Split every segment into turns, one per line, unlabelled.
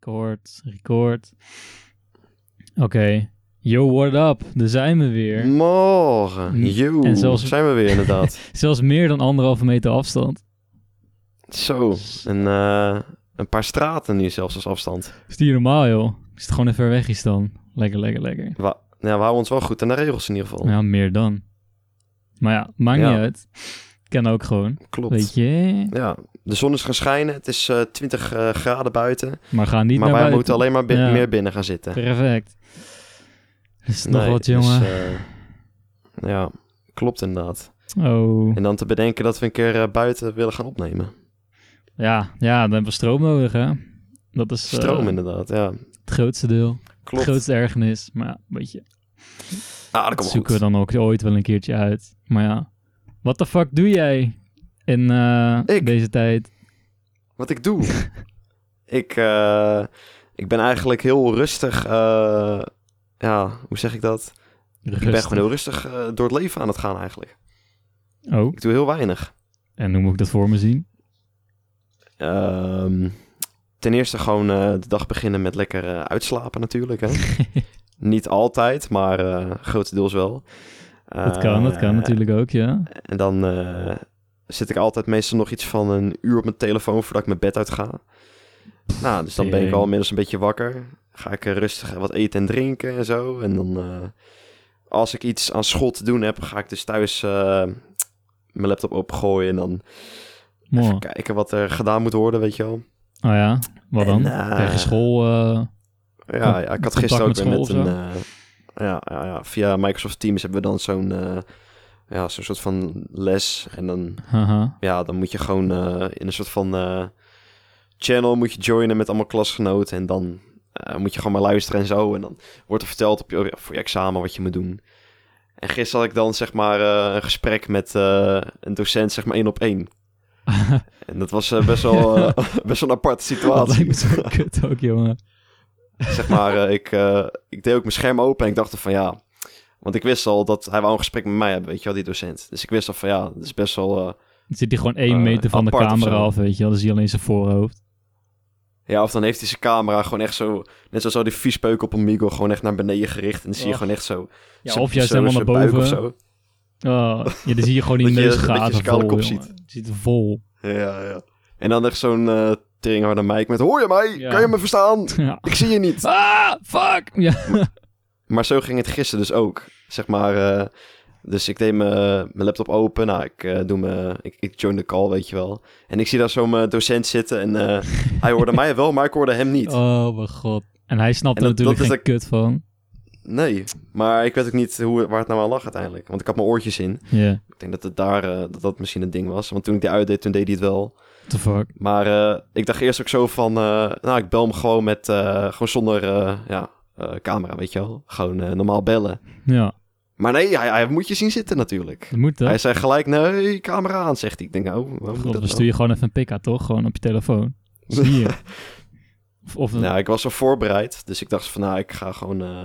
Record, record. Oké. Yo, what up? Daar zijn we weer.
Mm. Morgen. Yo,
En zoals-
zijn we weer inderdaad.
Zelfs meer dan anderhalve meter afstand.
Zo, een, eh, een paar straten nu zelfs als afstand.
Is die normaal, joh? Ik zit gewoon even weg is dan. Lekker, lekker, lekker.
Wa- nou, we houden ons wel goed aan de regels in ieder geval.
Ja, meer dan. Maar ja, maakt
Ja.
niet uit. Kan ook gewoon. Weet
Klopt.
je?
Ja, de zon is gaan schijnen. Het is eh 20 eh, graden buiten.
Maar ga niet
maar wij
naar buiten.
moeten alleen maar bi-
Ja.
meer binnen gaan zitten.
Perfect. Dat is nog
Nee,
wat,
dus,
jongen.
eh, ja, klopt inderdaad.
Oh.
eh, En dan te bedenken dat we een keer eh, buiten willen gaan opnemen.
Ja, ja, dan hebben we stroom nodig, hè? Dat is eh,
Stroom inderdaad, ja.
het grootste deel. Het
Klopt.
grootste ergernis. Maar ja, weet je.
Ah, dat
Dat
komt
zoeken
goed.
we dan ook ooit wel een keertje uit. Maar ja, wat de fuck doe jij in eh,
Ik?
deze tijd?
wat ik doe. ik, eh, ik ben eigenlijk heel rustig. eh, ja, hoe zeg ik dat? Ik ben
Rustig.
gewoon heel rustig eh, door het leven aan het gaan eigenlijk.
Oh,
Ik doe heel weinig.
en hoe moet ik dat voor me zien?
Ehm, ten eerste gewoon eh, de dag beginnen met lekker eh, uitslapen natuurlijk. Hè? Niet altijd, maar eh, grotendeels wel.
dat kan, dat kan
Eh,
natuurlijk ook, ja.
En dan eh, zit ik altijd meestal nog iets van een uur op mijn telefoon voordat ik mijn bed uit ga. Nou, dus dan ben ik
tering.
al inmiddels een beetje wakker. Ga ik eh, rustig wat eten en drinken en zo. En dan, eh, als ik iets aan school te doen heb, ga ik dus thuis eh, mijn laptop opengooien. En dan
Mooi.
even kijken wat er gedaan moet worden, weet je wel.
Oh ja, wat dan?
En, eh,
Krijg je school? eh,
Ja, ja, ik had
contact
gisteren ook
met
weer met
school
een...
of
eh, ja, ja, ja, via Microsoft Teams hebben we dan zo'n... eh, ja, zo'n soort van les. En dan
haha.
ja, dan moet je gewoon eh, in een soort van eh, channel moet je joinen met allemaal klasgenoten. En dan eh, moet je gewoon maar luisteren en zo. En dan wordt er verteld op je, voor je examen wat je moet doen. En gisteren had ik dan zeg maar eh, een gesprek met eh, een docent, zeg maar één op één. En dat was eh, best, wel, eh, best wel een aparte
dat lijkt me
situatie.
zo kut ook, jongen.
zeg maar, eh, ik, eh, ik deed ook mijn scherm open en ik dacht van ja... Want ik wist al dat hij wel een gesprek met mij hebben, weet je wel, die docent. Dus ik wist al van ja, dat is best wel... eh,
Dan zit hij gewoon één
Eh,
meter van de
apart of
camera
zo.
af, weet je wel. Dan zie je alleen zijn voorhoofd.
Ja, of dan heeft hij zijn camera gewoon echt zo... Net zoals al die viespeuk op Amigo, gewoon echt naar beneden gericht. En dan zie je
Och.
gewoon echt zo...
Ja,
zijn-
of juist
zo
helemaal naar
zijn buik
boven. Oh,
of zo.
ja, dan zie je gewoon die
Dat je- dat je
neusgaten
zijn kale
vol,
kop
jongen.
ziet.
Je ziet er vol.
Ja, ja. En dan echt zo'n eh teringharde mic met... Hoor je mij?
Ja.
Kan je me verstaan?
Ja.
Ik zie je niet.
Ah, fuck! Ja.
Maar zo ging het gisteren dus ook. Zeg maar... eh, dus ik deed mijn mijn laptop open. Nou, ik eh, doe mijn... Ik, ik join de call, weet je wel. En ik zie daar zo'n eh, docent zitten. En eh, hij hoorde mij wel, maar ik hoorde hem niet.
Oh mijn god. En hij snapt
En
er
dat-
natuurlijk
dat is
geen kut van.
Nee. Maar ik weet ook niet hoe, waar het nou aan lag uiteindelijk. Want ik had mijn oortjes in.
Ja,
Ik denk dat het daar eh, dat, dat misschien een ding was. Want toen ik die uitdeed, toen deed hij het wel.
what the fuck.
Maar eh, ik dacht eerst ook zo van... eh, nou, ik bel hem gewoon met... eh, gewoon zonder eh, ja, eh, camera, weet je wel. Gewoon eh, normaal bellen.
Ja,
Maar nee, hij, hij moet je zien zitten natuurlijk.
dat moet
Hij
dat.
zei gelijk, nee, camera aan, zegt hij. Ik denk, oh, waarom moet
God, dan
dat nou?
stuur je gewoon even een pika, toch? Gewoon op je telefoon. Zie je. Of, of een-
Nou, ik was al voorbereid. Dus ik dacht van, nou, ik ga gewoon... eh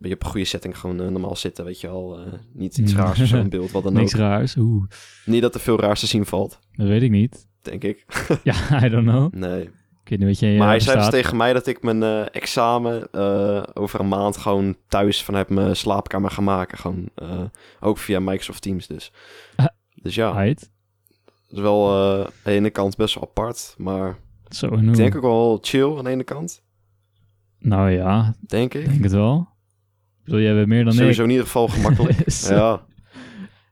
je op een goede setting gewoon eh, normaal zitten, weet je wel. eh, niet iets raars of zo in beeld, wat dan
Hmm.
ook.
niks raars. Oeh,
Niet dat er veel raars te zien valt,
dat weet ik niet.
denk ik.
Ja, I don't know.
Nee.
Ik weet niet wat je
Maar
eh,
hij zei dus
staat.
tegen mij dat ik mijn eh, examen eh, over een maand gewoon thuis vanuit mijn slaapkamer ga maken. Gewoon, eh, ook via Microsoft Teams dus.
Ah.
Dus ja, dat
Heid.
is wel eh, aan de ene kant best wel apart. Maar
Zo en hoe.
ik denk ook wel chill aan de ene kant,
Nou ja,
denk ik.
ik denk het wel. Ik bedoel, jij bent meer dan
Sowieso in ieder geval
ik.
gemakkelijk.
Zo.
ja.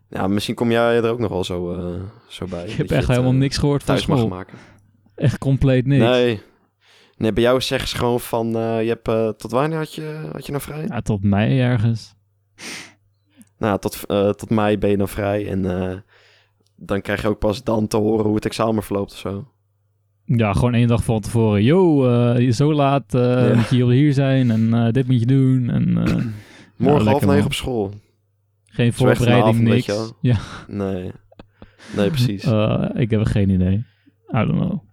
ja, misschien kom jij er ook nog wel zo, eh, zo bij.
Ik
dat
heb
je
echt
het,
helemaal
eh,
niks gehoord van
thuis mag
school.
maken.
Echt compleet niks.
Nee. nee, bij jou zeggen ze gewoon van, eh, je hebt, eh, tot wanneer had je, had je nou vrij?
Ja, tot mei ergens.
Nou, tot, eh, tot mei ben je dan vrij. En eh, dan krijg je ook pas dan te horen hoe het examen verloopt of zo.
Ja, gewoon één dag van tevoren. Yo, eh, zo laat eh,
Ja.
moet je hier zijn en eh, dit moet je doen. En eh,
Morgen half
lekker,
negen
man.
op school.
geen
Zo echt
voorbereiding,
vanavond, weet
niks.
je wel.
Ja,
Nee. Nee, precies.
eh, ik heb geen idee. I don't know.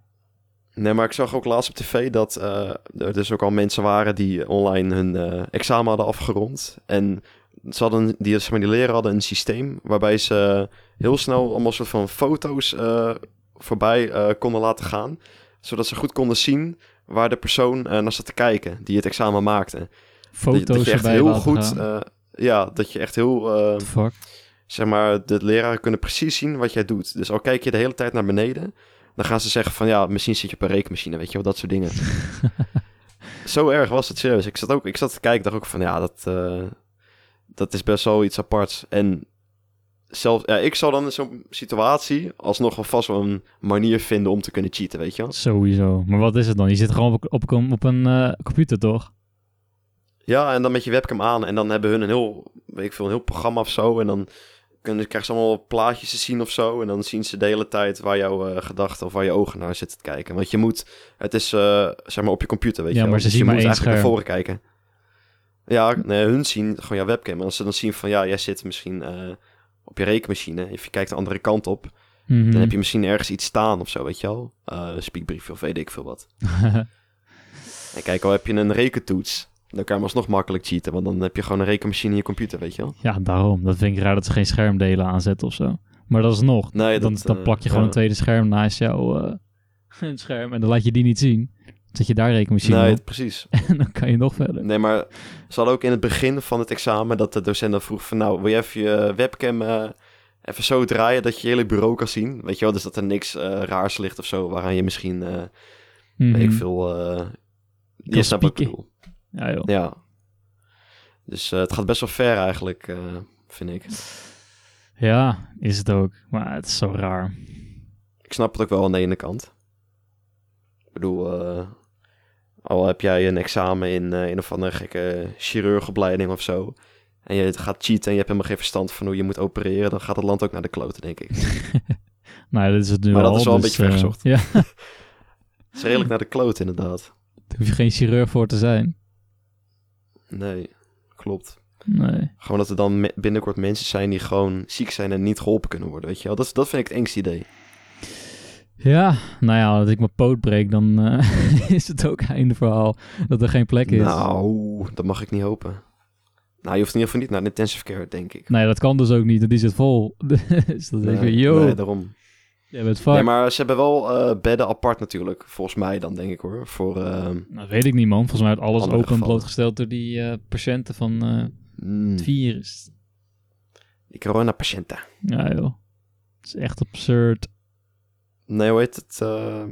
Nee, maar ik zag ook laatst op tv dat eh, er dus ook al mensen waren die online hun eh, examen hadden afgerond. En ze hadden, die, zeg maar, die leren hadden een systeem waarbij ze heel snel allemaal soort van foto's eh, voorbij eh, konden laten gaan. Zodat ze goed konden zien waar de persoon eh, naar zat te kijken die het examen maakte. Dat je-
Foto's
dat je echt
erbij
heel
laten
goed,
gaan.
eh, ja, dat je echt heel, eh,
What the fuck?
zeg maar, de leraren kunnen precies zien wat jij doet. Dus al kijk je de hele tijd naar beneden, dan gaan ze zeggen van ja, misschien zit je op een rekenmachine, weet je wel, dat soort dingen. Zo erg was het serieus. Ik zat ook, ik zat te kijken, dacht ook van ja, dat, eh, dat is best wel iets aparts. En zelf, ja, ik zou dan in zo'n situatie alsnog wel vast wel een manier vinden om te kunnen cheaten, weet je wel.
Sowieso. Maar wat is het dan? Je zit gewoon op, op, op een eh, computer, toch?
Ja, en dan met je webcam aan. En dan hebben hun een heel, weet ik veel, een heel programma of zo. En dan kunnen, krijgen ze allemaal plaatjes te zien of zo. En dan zien ze de hele tijd waar jouw eh, gedachten of waar je ogen naar zitten te kijken. Want je moet, het is eh, zeg maar op je computer, weet
Ja,
je wel.
maar ze
Dus
zien
je
maar
moet
één
eigenlijk naar
scherm.
voren kijken. Ja, nee, hun zien gewoon jouw webcam. En als ze dan zien van, ja, jij zit misschien eh, op je rekenmachine. Of je kijkt de andere kant op.
Mhm.
Dan heb je misschien ergens iets staan of zo, weet je wel. Eh speakbrief of weet ik veel wat. En kijk, al heb je een rekentoets, dan kan je hem alsnog makkelijk cheaten. Want dan heb je gewoon een rekenmachine in je computer, weet je wel.
ja, daarom. Dat vind ik raar dat ze geen schermdelen aanzetten of zo. Maar dat is nog.
Nee,
dan,
dat,
dan
eh,
plak je gewoon
ja.
een tweede scherm naast jouw eh, scherm en dan laat je die niet zien. Zet je daar rekenmachine
Nee,
op
precies.
en dan kan je nog verder.
Nee, maar ze hadden ook in het begin van het examen dat de docent dan vroeg van... Nou, wil je even je webcam eh, even zo draaien dat je je hele bureau kan zien? Weet je wel, dus dat er niks eh, raars ligt of zo, waaraan je misschien, eh,
Mhm.
weet ik veel... eh je
Kan
snapt wat ik
spieken.
bedoel.
Ja, joh.
Ja. Dus eh, het gaat best wel ver eigenlijk, eh, vind ik.
ja, is het ook. Maar het is zo raar.
ik snap het ook wel aan de ene kant. Ik bedoel, eh, al heb jij een examen in eh, een of andere gekke chirurgopleiding of zo. En je gaat cheaten en je hebt helemaal geen verstand van hoe je moet opereren. Dan gaat het land ook naar de kloten, denk ik. Het
Nou, dit is het nu
Maar
al.
dat is wel een
dus,
beetje
eh,
vergezocht.
ja,
is redelijk naar de kloten, inderdaad.
daar hoef je geen chirurg voor te zijn.
Nee, klopt.
Nee.
Gewoon dat er dan me- binnenkort mensen zijn die gewoon ziek zijn en niet geholpen kunnen worden, weet je wel. Dat, is- dat vind ik het engste idee.
Ja, nou ja, als ik mijn poot breek, dan eh, is het ook einde verhaal dat er geen plek is.
Nou, dat mag ik niet hopen. Nou, je hoeft in ieder geval niet naar de intensive care, denk ik.
Nee, dat kan dus ook niet, want die zit vol. dus dan denk je,
Nee,
yo,
nee, daarom.
jij bent fuck.
Nee, maar ze hebben wel eh, bedden apart natuurlijk. Volgens mij dan, denk ik hoor. Voor, ehm,
Nou, weet ik niet, man. Volgens mij wordt alles
Andere
open en
gevallen.
blootgesteld door die eh, patiënten van eh,
mm,
het virus.
die coronapatiënten.
Ja, joh. Het is echt absurd.
Nee, hoe heet het? eh,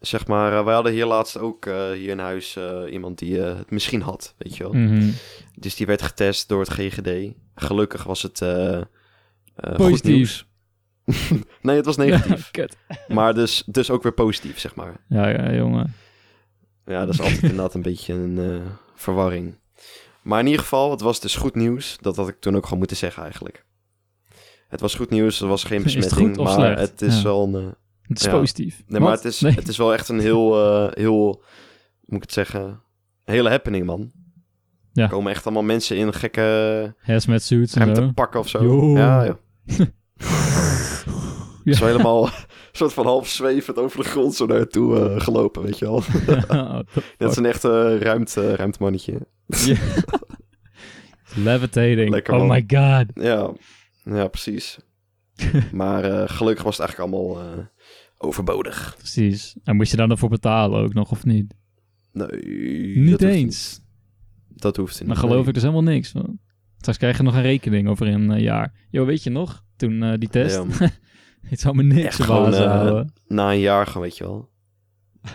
zeg maar, eh, wij hadden hier laatst ook eh, hier in huis eh, iemand die eh, het misschien had, weet je wel.
Mhm.
Dus die werd getest door het GGD. Gelukkig was het eh, eh, goed
Positief.
nieuws. nee, het was negatief.
Kut.
maar dus, dus ook weer positief, zeg maar.
Ja, ja, jongen.
Ja, dat is altijd inderdaad een beetje een eh, verwarring. Maar in ieder geval, het was dus goed nieuws. Dat had ik toen ook gewoon moeten zeggen eigenlijk. Het was goed nieuws, er was geen
Is het
besmetting.
goed of
maar
slecht?
het is
Ja.
wel een. eh,
Het is
Ja.
positief.
nee, maar
Wat?
het is,
Nee.
het is wel echt een heel, eh, heel. Hoe moet ik het zeggen? Hele happening, man.
Ja.
Er komen echt allemaal mensen in gekke
Hazmat suits en
hemden
zo.
pakken of zo.
Yo.
Ja, joh.
Ja.
Zo helemaal soort van half zwevend over de grond zo naartoe eh, gelopen, weet je wel.
Oh,
Dat is een echte eh, ruimte, ruimtemannetje.
Levitating.
Lekker,
oh
man.
my god.
Ja, ja precies. maar eh, gelukkig was het eigenlijk allemaal eh, overbodig.
Precies. En moet je daar dan voor betalen ook nog, of niet?
Nee,
Niet
dat hoeft
eens.
niet. Dat hoeft niet.
Dan geloof
nee.
ik dus helemaal niks van. Straks krijg je nog een rekening over een eh, jaar. Jo, weet je nog? Toen eh, die test.
Ja,
Het zou me niks
Echt gewoon,
verbazen.
eh,
ouwe.
na een jaar gewoon, weet je wel.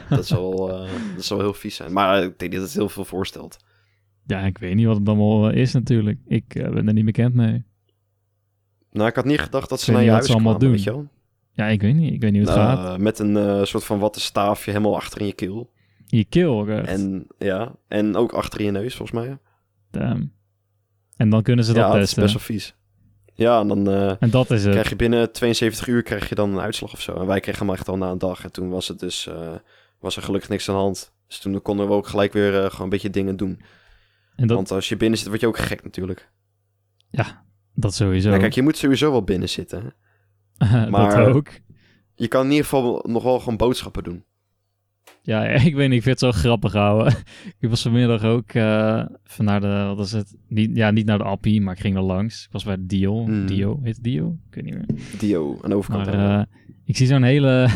Dat zal, eh dat zal heel vies zijn. Maar eh, ik denk dat het heel veel voorstelt.
Ja, ik weet niet wat het allemaal eh, is natuurlijk. Ik eh, ben er niet bekend mee.
Nou, ik had niet gedacht dat ze
Ik
naar
weet
je
niet wat
huis
ze allemaal
kwamen, weet je wel.
Ja, ik weet niet. Ik weet niet hoe het
Nou,
gaat.
eh, met een eh, soort van watten staafje helemaal achter in je keel.
Je keel ook echt.
En, ja, en ook achter in je neus, volgens mij.
Damn. En dan kunnen ze dat
ja, dat is
testen.
best wel vies. Ja, en dan... eh,
En dat is het.
krijg je binnen 72 uur krijg je dan een uitslag of zo. En wij kregen hem echt al na een dag. En toen was het dus eh, was er gelukkig niks aan de hand. Dus toen konden we ook gelijk weer eh, gewoon een beetje dingen doen.
En dat,
Want als je binnen zit, word je ook gek natuurlijk.
dat sowieso.
Nou, kijk, je moet sowieso wel binnen zitten. maar-
dat ook.
Je kan in ieder geval nog wel gewoon boodschappen doen.
Ja, ik weet niet, ik vind het zo grappig houden. ik was vanmiddag ook eh, van naar de, wat is het? Niet, ja, niet naar de Appie, maar ik ging er langs. Ik was bij Dio.
Mm.
Dio, heet het Dio? Ik weet niet meer.
Dio, aan de overkant.
Maar
daar.
eh, ik zie zo'n hele,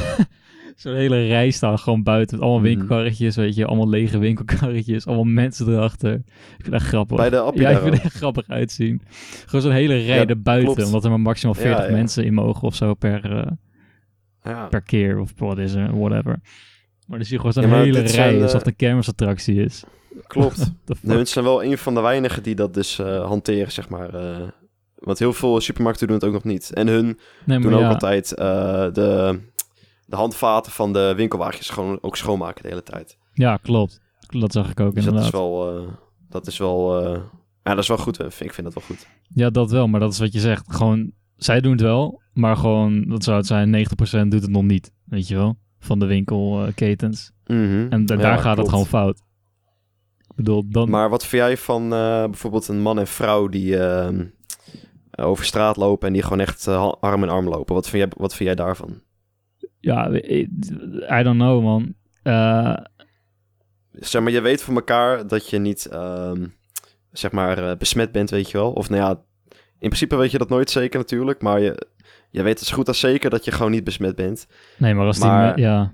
Zo'n hele rij staan gewoon buiten. Met allemaal
Mhm.
winkelkarretjes, weet je. Allemaal lege winkelkarretjes. Allemaal mensen erachter. Ik vind het echt grappig.
Bij de appie
ja,
daar
ik vind
ook.
het echt grappig uitzien. Gewoon zo'n hele rij
Ja,
erbuiten.
klopt.
Omdat er maar maximaal
Ja,
40
ja.
mensen in mogen of zo per, eh,
Ja.
per keer. Of wat is er, whatever. Maar dus dan zie je gewoon zo'n
Ja, maar
hele
dit zijn,
rij.
eh,
Alsof het een kermisattractie is.
Klopt.
The
Nee,
fuck?
het zijn wel een van de weinigen die dat dus eh, hanteren, zeg maar. eh. want heel veel supermarkten doen het ook nog niet. En hun
Nee,
doen
maar
ook
ja.
altijd eh, de, de handvaten van de winkelwagentjes gewoon ook schoonmaken de hele tijd.
Ja, klopt. Dat zag ik ook
Dus dat
inderdaad.
is wel... eh, dat is wel eh, ja, dat is wel goed. hè. Ik vind- Ik vind dat wel goed.
Ja, dat wel, maar dat is wat je zegt. Gewoon, zij doen het wel, maar gewoon, dat zou het zijn, 90% doet het nog niet. Weet je wel? Van de winkelketens. en da-
Ja,
daar gaat het
klopt.
gewoon fout. Ik bedoel, dan.
Maar wat vind jij van eh, bijvoorbeeld een man en vrouw die eh, over straat lopen en die gewoon echt eh, ha- arm in arm lopen? Wat vind jij, wat vind jij daarvan?
Ja, I I don't know, man. Eh,
Zeg maar, je weet van elkaar dat je niet, ehm, zeg maar, eh, besmet bent, weet je wel. Of nou ja, in principe weet je dat nooit zeker natuurlijk, maar je, je weet het zo goed als zeker dat je gewoon niet besmet bent.
nee, maar als die.
Maar-
me- Ja,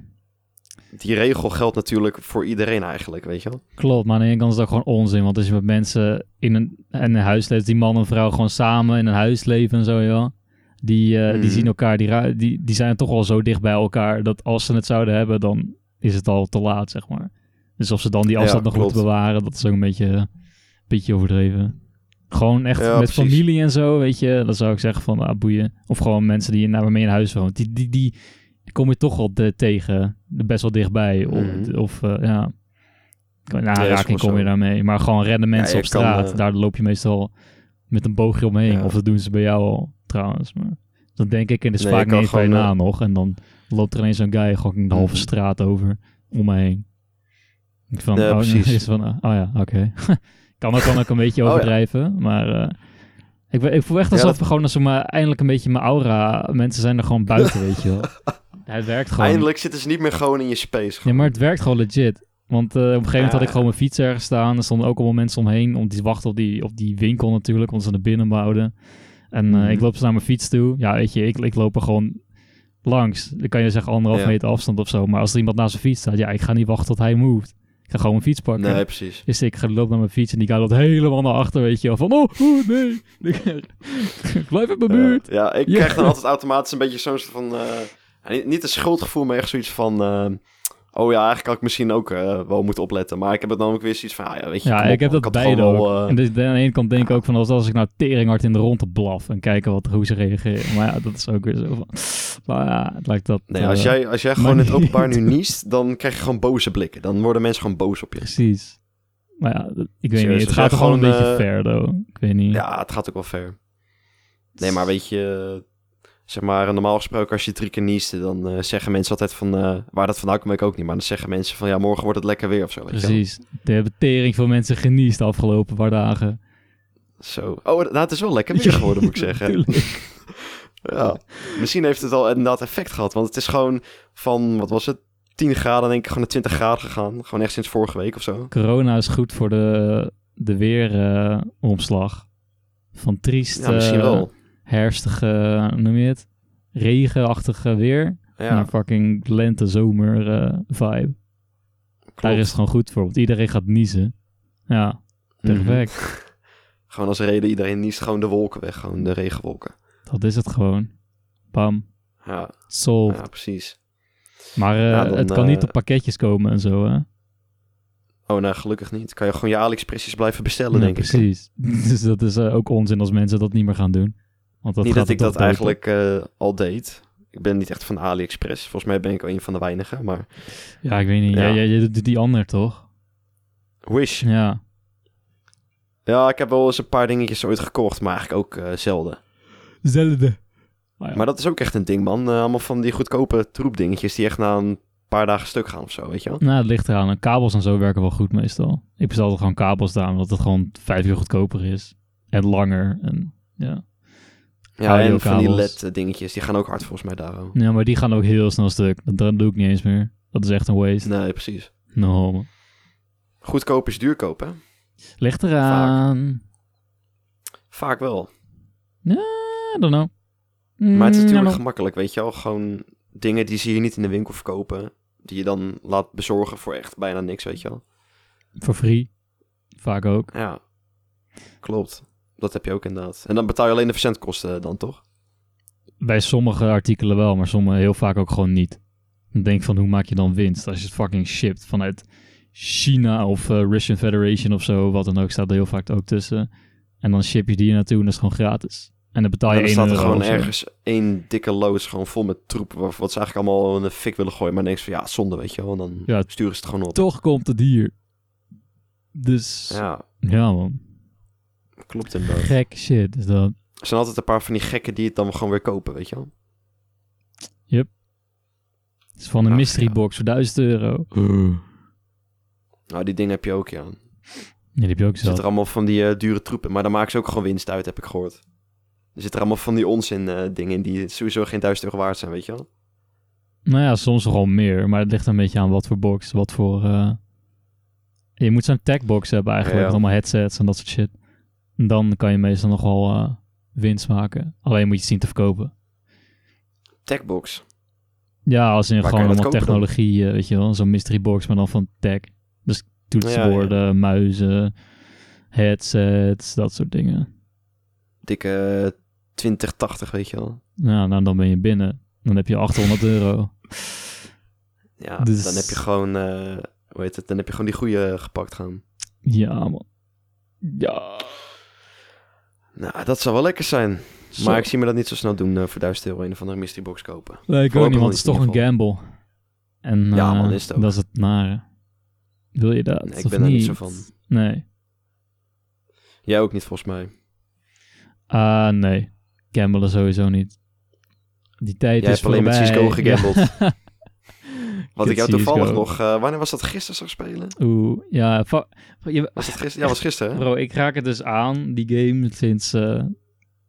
Die regel geldt natuurlijk voor iedereen eigenlijk, weet je wel.
klopt. Maar aan de ene kant is dat gewoon onzin. Want als je met mensen in een, in een huis leeft, die man en vrouw gewoon samen in een huis leven en zo, ja. Die, eh,
Mhm.
die zien elkaar, die, ra- die, die zijn toch al zo dicht bij elkaar dat als ze het zouden hebben, dan is het al te laat, zeg maar. Dus of ze dan die
Ja,
afstand nog
klopt.
moeten bewaren, dat is ook een beetje, een beetje overdreven. Gewoon echt
Ja,
met
precies.
familie en zo, weet je, dan zou ik zeggen van, ah, boeien. Of gewoon mensen die je naar mee in huis woont. Die, die, die, die kom je toch wel de, tegen, best wel dichtbij. Of,
Mhm.
of eh, ja, in aanraking
gewoon
kom je
zo.
daarmee. Maar gewoon rende mensen
je
op
kan,
straat,
eh,
daar loop je meestal met een boogje omheen.
Ja.
Of dat doen ze bij jou al, trouwens. Maar dan denk ik, en dus
Nee, je
vaak
kan
niet eens bij je
gewoon,
na
eh,
nog. En dan loopt er ineens zo'n guy gewoon de halve
Mhm.
straat over, om me heen. Ik Van,
Ja,
oh,
precies.
Is van, ah, oh ja, oké. kan dat dan ook een beetje
Oh ja.
overdrijven, maar... eh, ik, we- ik voel echt
Ja,
alsof
dat-
gewoon als me eindelijk een beetje mijn aura... Mensen zijn er gewoon buiten, weet je wel. Het werkt gewoon.
Eindelijk zitten ze niet meer gewoon in je space.
Ja,
gewoon.
maar het werkt gewoon legit. Want eh, op een gegeven moment had ik
Ja.
gewoon mijn fiets ergens staan. Er stonden ook allemaal mensen omheen. Om die wachten op die, op die winkel natuurlijk. Om ze naar binnen bouwden. En eh,
Mhm.
ik loop ze naar mijn fiets toe. Ja, weet je, ik, ik loop er gewoon langs. Dan kan je zeggen anderhalf
Ja.
meter afstand of zo. Maar als er iemand naast zijn fiets staat, ja, ik ga niet wachten tot hij moved. Ik ga gewoon mijn fiets pakken.
Nee, precies.
Dus ik ga- loop naar mijn fiets en die guy loopt helemaal naar achter, weet je wel. Van, oh, oh, nee. ik blijf in mijn buurt.
Eh, Ja, ja, ik
Ja.
krijg dan altijd automatisch een beetje zo'n soort van... eh, ja, niet- niet een schuldgevoel, maar echt zoiets van... eh, oh ja, eigenlijk had ik misschien ook eh, wel moeten opletten. Maar ik heb het dan ook weer zoiets van... Ah, ja, weet je,
Ja,
kom op,
ik heb
man,
dat
had
beide
gewoon
ook.
wel, eh,
en dus aan de ene kant denk ik ook van, als, als ik nou teringhard in de ronde blaf en kijken wat, hoe ze reageren. Maar ja, dat is ook weer zo van, nou ja, het lijkt dat...
Nee,
eh,
als jij, als jij
maar
gewoon in het
niet.
openbaar nu niest, dan krijg je gewoon boze blikken. Dan worden mensen gewoon boos op je.
Precies. Maar ja, dat- ik weet
Serieus,
niet, het
als
gaat
jij
gewoon een
gewoon,
beetje
eh,
ver, though. Ik weet niet.
Ja, het gaat ook wel ver. Nee, maar weet je, eh, zeg maar, normaal gesproken als je drie keer niest, dan eh, zeggen mensen altijd van, eh, waar dat vandaan komt, weet ik ook niet. Maar dan zeggen mensen van, ja, morgen wordt het lekker weer of zo. Weet je wel.
Precies. Er hebben tering veel mensen geniest de afgelopen paar dagen.
Zo. Oh, nou, het is wel lekker weer geworden, moet ik zeggen.
Tuurlijk.
Ja. Misschien heeft het al inderdaad effect gehad. Want het is gewoon van, wat was het? 10 graden, denk ik, gewoon naar 20 graden gegaan. Gewoon echt sinds vorige week of zo.
Corona is goed voor de, de weeromslag. van triest,
Ja, misschien
eh,
wel.
herfstige, hoe noem je het? Regenachtige weer
Ja,
Een fucking lente-zomer eh, vibe. Daar
klopt.
is het gewoon goed voor, want iedereen gaat niezen. Ja,
Mhm.
perfect.
Gewoon als reden, iedereen niest gewoon de wolken weg. Gewoon de regenwolken.
Dat is het gewoon. Bam.
Ja,
Solved.
ja precies.
Maar eh,
Ja, dan,
het kan
eh,
niet op pakketjes komen en zo, hè?
Oh, nou, gelukkig niet. Kan je gewoon je AliExpressjes blijven bestellen,
Nee,
denk ik.
precies. dus dat is eh, ook onzin als mensen dat niet meer gaan doen. Want dat
niet
gaat
dat ik
het
dat
toch dood op.
eigenlijk eh, al deed. Ik ben niet echt van AliExpress. Volgens mij ben ik al een van de weinigen. Maar
Ja, ik weet niet.
Ja.
Jij, jij- jij doet die ander, toch?
Wish.
Ja.
Ja, ik heb wel eens een paar dingetjes ooit gekocht, maar eigenlijk ook eh, zelden.
Zelden. Ja.
Maar dat is ook echt een ding, man. Eh, allemaal van die goedkope troepdingetjes die echt na een paar dagen stuk gaan of zo, weet je wel?
Nou, het ligt eraan. En kabels en zo werken wel goed meestal. Ik bestel er gewoon kabels daar, omdat het gewoon vijf uur goedkoper is. En langer. En, ja.
Ja, en van die
Audiokabels.
LED-dingetjes, die gaan ook hard volgens mij daar. hoor.
Ja, maar die gaan ook heel snel stuk. Dat, dat doe ik niet eens meer. Dat is echt een waste.
Nee, precies.
No. homo.
Goedkoop is duurkoop, hè?
Ligt eraan.
Vaak wel.
I don't know.
Maar het is
Mm, I
natuurlijk
don't-
nou, gemakkelijk, weet je wel? Gewoon dingen die ze hier niet in de winkel verkopen. Die je dan laat bezorgen voor echt bijna niks, weet je wel.
Voor free. Vaak ook.
Ja, klopt. Dat heb je ook inderdaad. En dan betaal je alleen de verzendkosten dan, toch?
Bij sommige artikelen wel, maar sommige heel vaak ook gewoon niet. Dan denk ik van, hoe maak je dan winst als je het fucking shipt vanuit China of eh, Russian Federation of zo, wat dan ook, staat er heel vaak ook tussen. En dan ship je die hier naartoe en dat is gewoon gratis. En dan betaal je
En dan
1
staat er
euro
gewoon
of zo.
ergens één dikke loods gewoon vol met troepen. Wat wat ze eigenlijk allemaal in de fik willen gooien. Maar dan denk je van ja, zonde, weet je wel. En dan
Ja.
sturen ze het gewoon op.
Toch komt het hier. Dus, ja,
Ja,
man.
klopt inderdaad.
Gek shit is dat.
Er zijn altijd een paar van die gekken die het dan gewoon weer kopen, weet je wel.
Het is van een
Ach,
mystery
ja. Eh.
box voor 1000 euro.
Nou, die dingen heb je ook, ja. Er
Ja, die heb je ook
zitten
zelf.
er allemaal van die eh, dure troepen. Maar daar maken ze ook gewoon winst uit, heb ik gehoord. Er zitten er allemaal van die onzin eh, dingen in die sowieso geen duizend euro waard zijn, weet je wel.
Nou ja, soms gewoon meer. Maar het ligt een beetje aan wat voor box, wat voor... eh, Je moet zo'n techbox hebben eigenlijk.
Ja.
Met allemaal headsets en dat soort shit. En dan kan je meestal nog wel eh, winst maken. Alleen moet je het zien te verkopen.
Techbox.
Ja, als in
Waar kan
gewoon
je dat
allemaal
kopen dan?
technologie, eh, weet je wel. Zo'n mystery box, maar dan van tech. Dus toetsenborden, muizen, headsets, dat soort dingen.
Dikke eh, 2080, weet je wel.
Nou, nou dan ben je binnen. Dan heb je 800 euro.
Ja,
Dus-
dan heb je gewoon, eh, hoe heet het, dan heb je gewoon die goede gepakt gaan.
Ja, man. Ja.
Nou, dat zou wel lekker zijn.
Zo.
Maar ik zie me dat niet zo snel doen eh, voor 1000 euro een of andere mystery box kopen.
Nee, ik ook
Voorlopig
niet,
nog
want het is
niet
toch
in
een gamble. En,
Ja,
eh,
man, is het ook.
Dat is het nare. Wil je dat?
Nee, ik
of
ben er niet zo van.
Nee.
Jij ook niet volgens mij.
Ah, nee. Gambelen sowieso niet. Die tijd
Jij
is
hebt alleen met
voorbij.
CSGO gegambled.
Ja.
Wat ik jou
Kut
toevallig
CS:GO.
nog... eh, wanneer was dat gisteren zag spelen?
Oeh, ja. fa- je-
Was dat gisteren? Ja, was gisteren. hè?
Bro, ik raak het dus aan, die game, sinds... eh,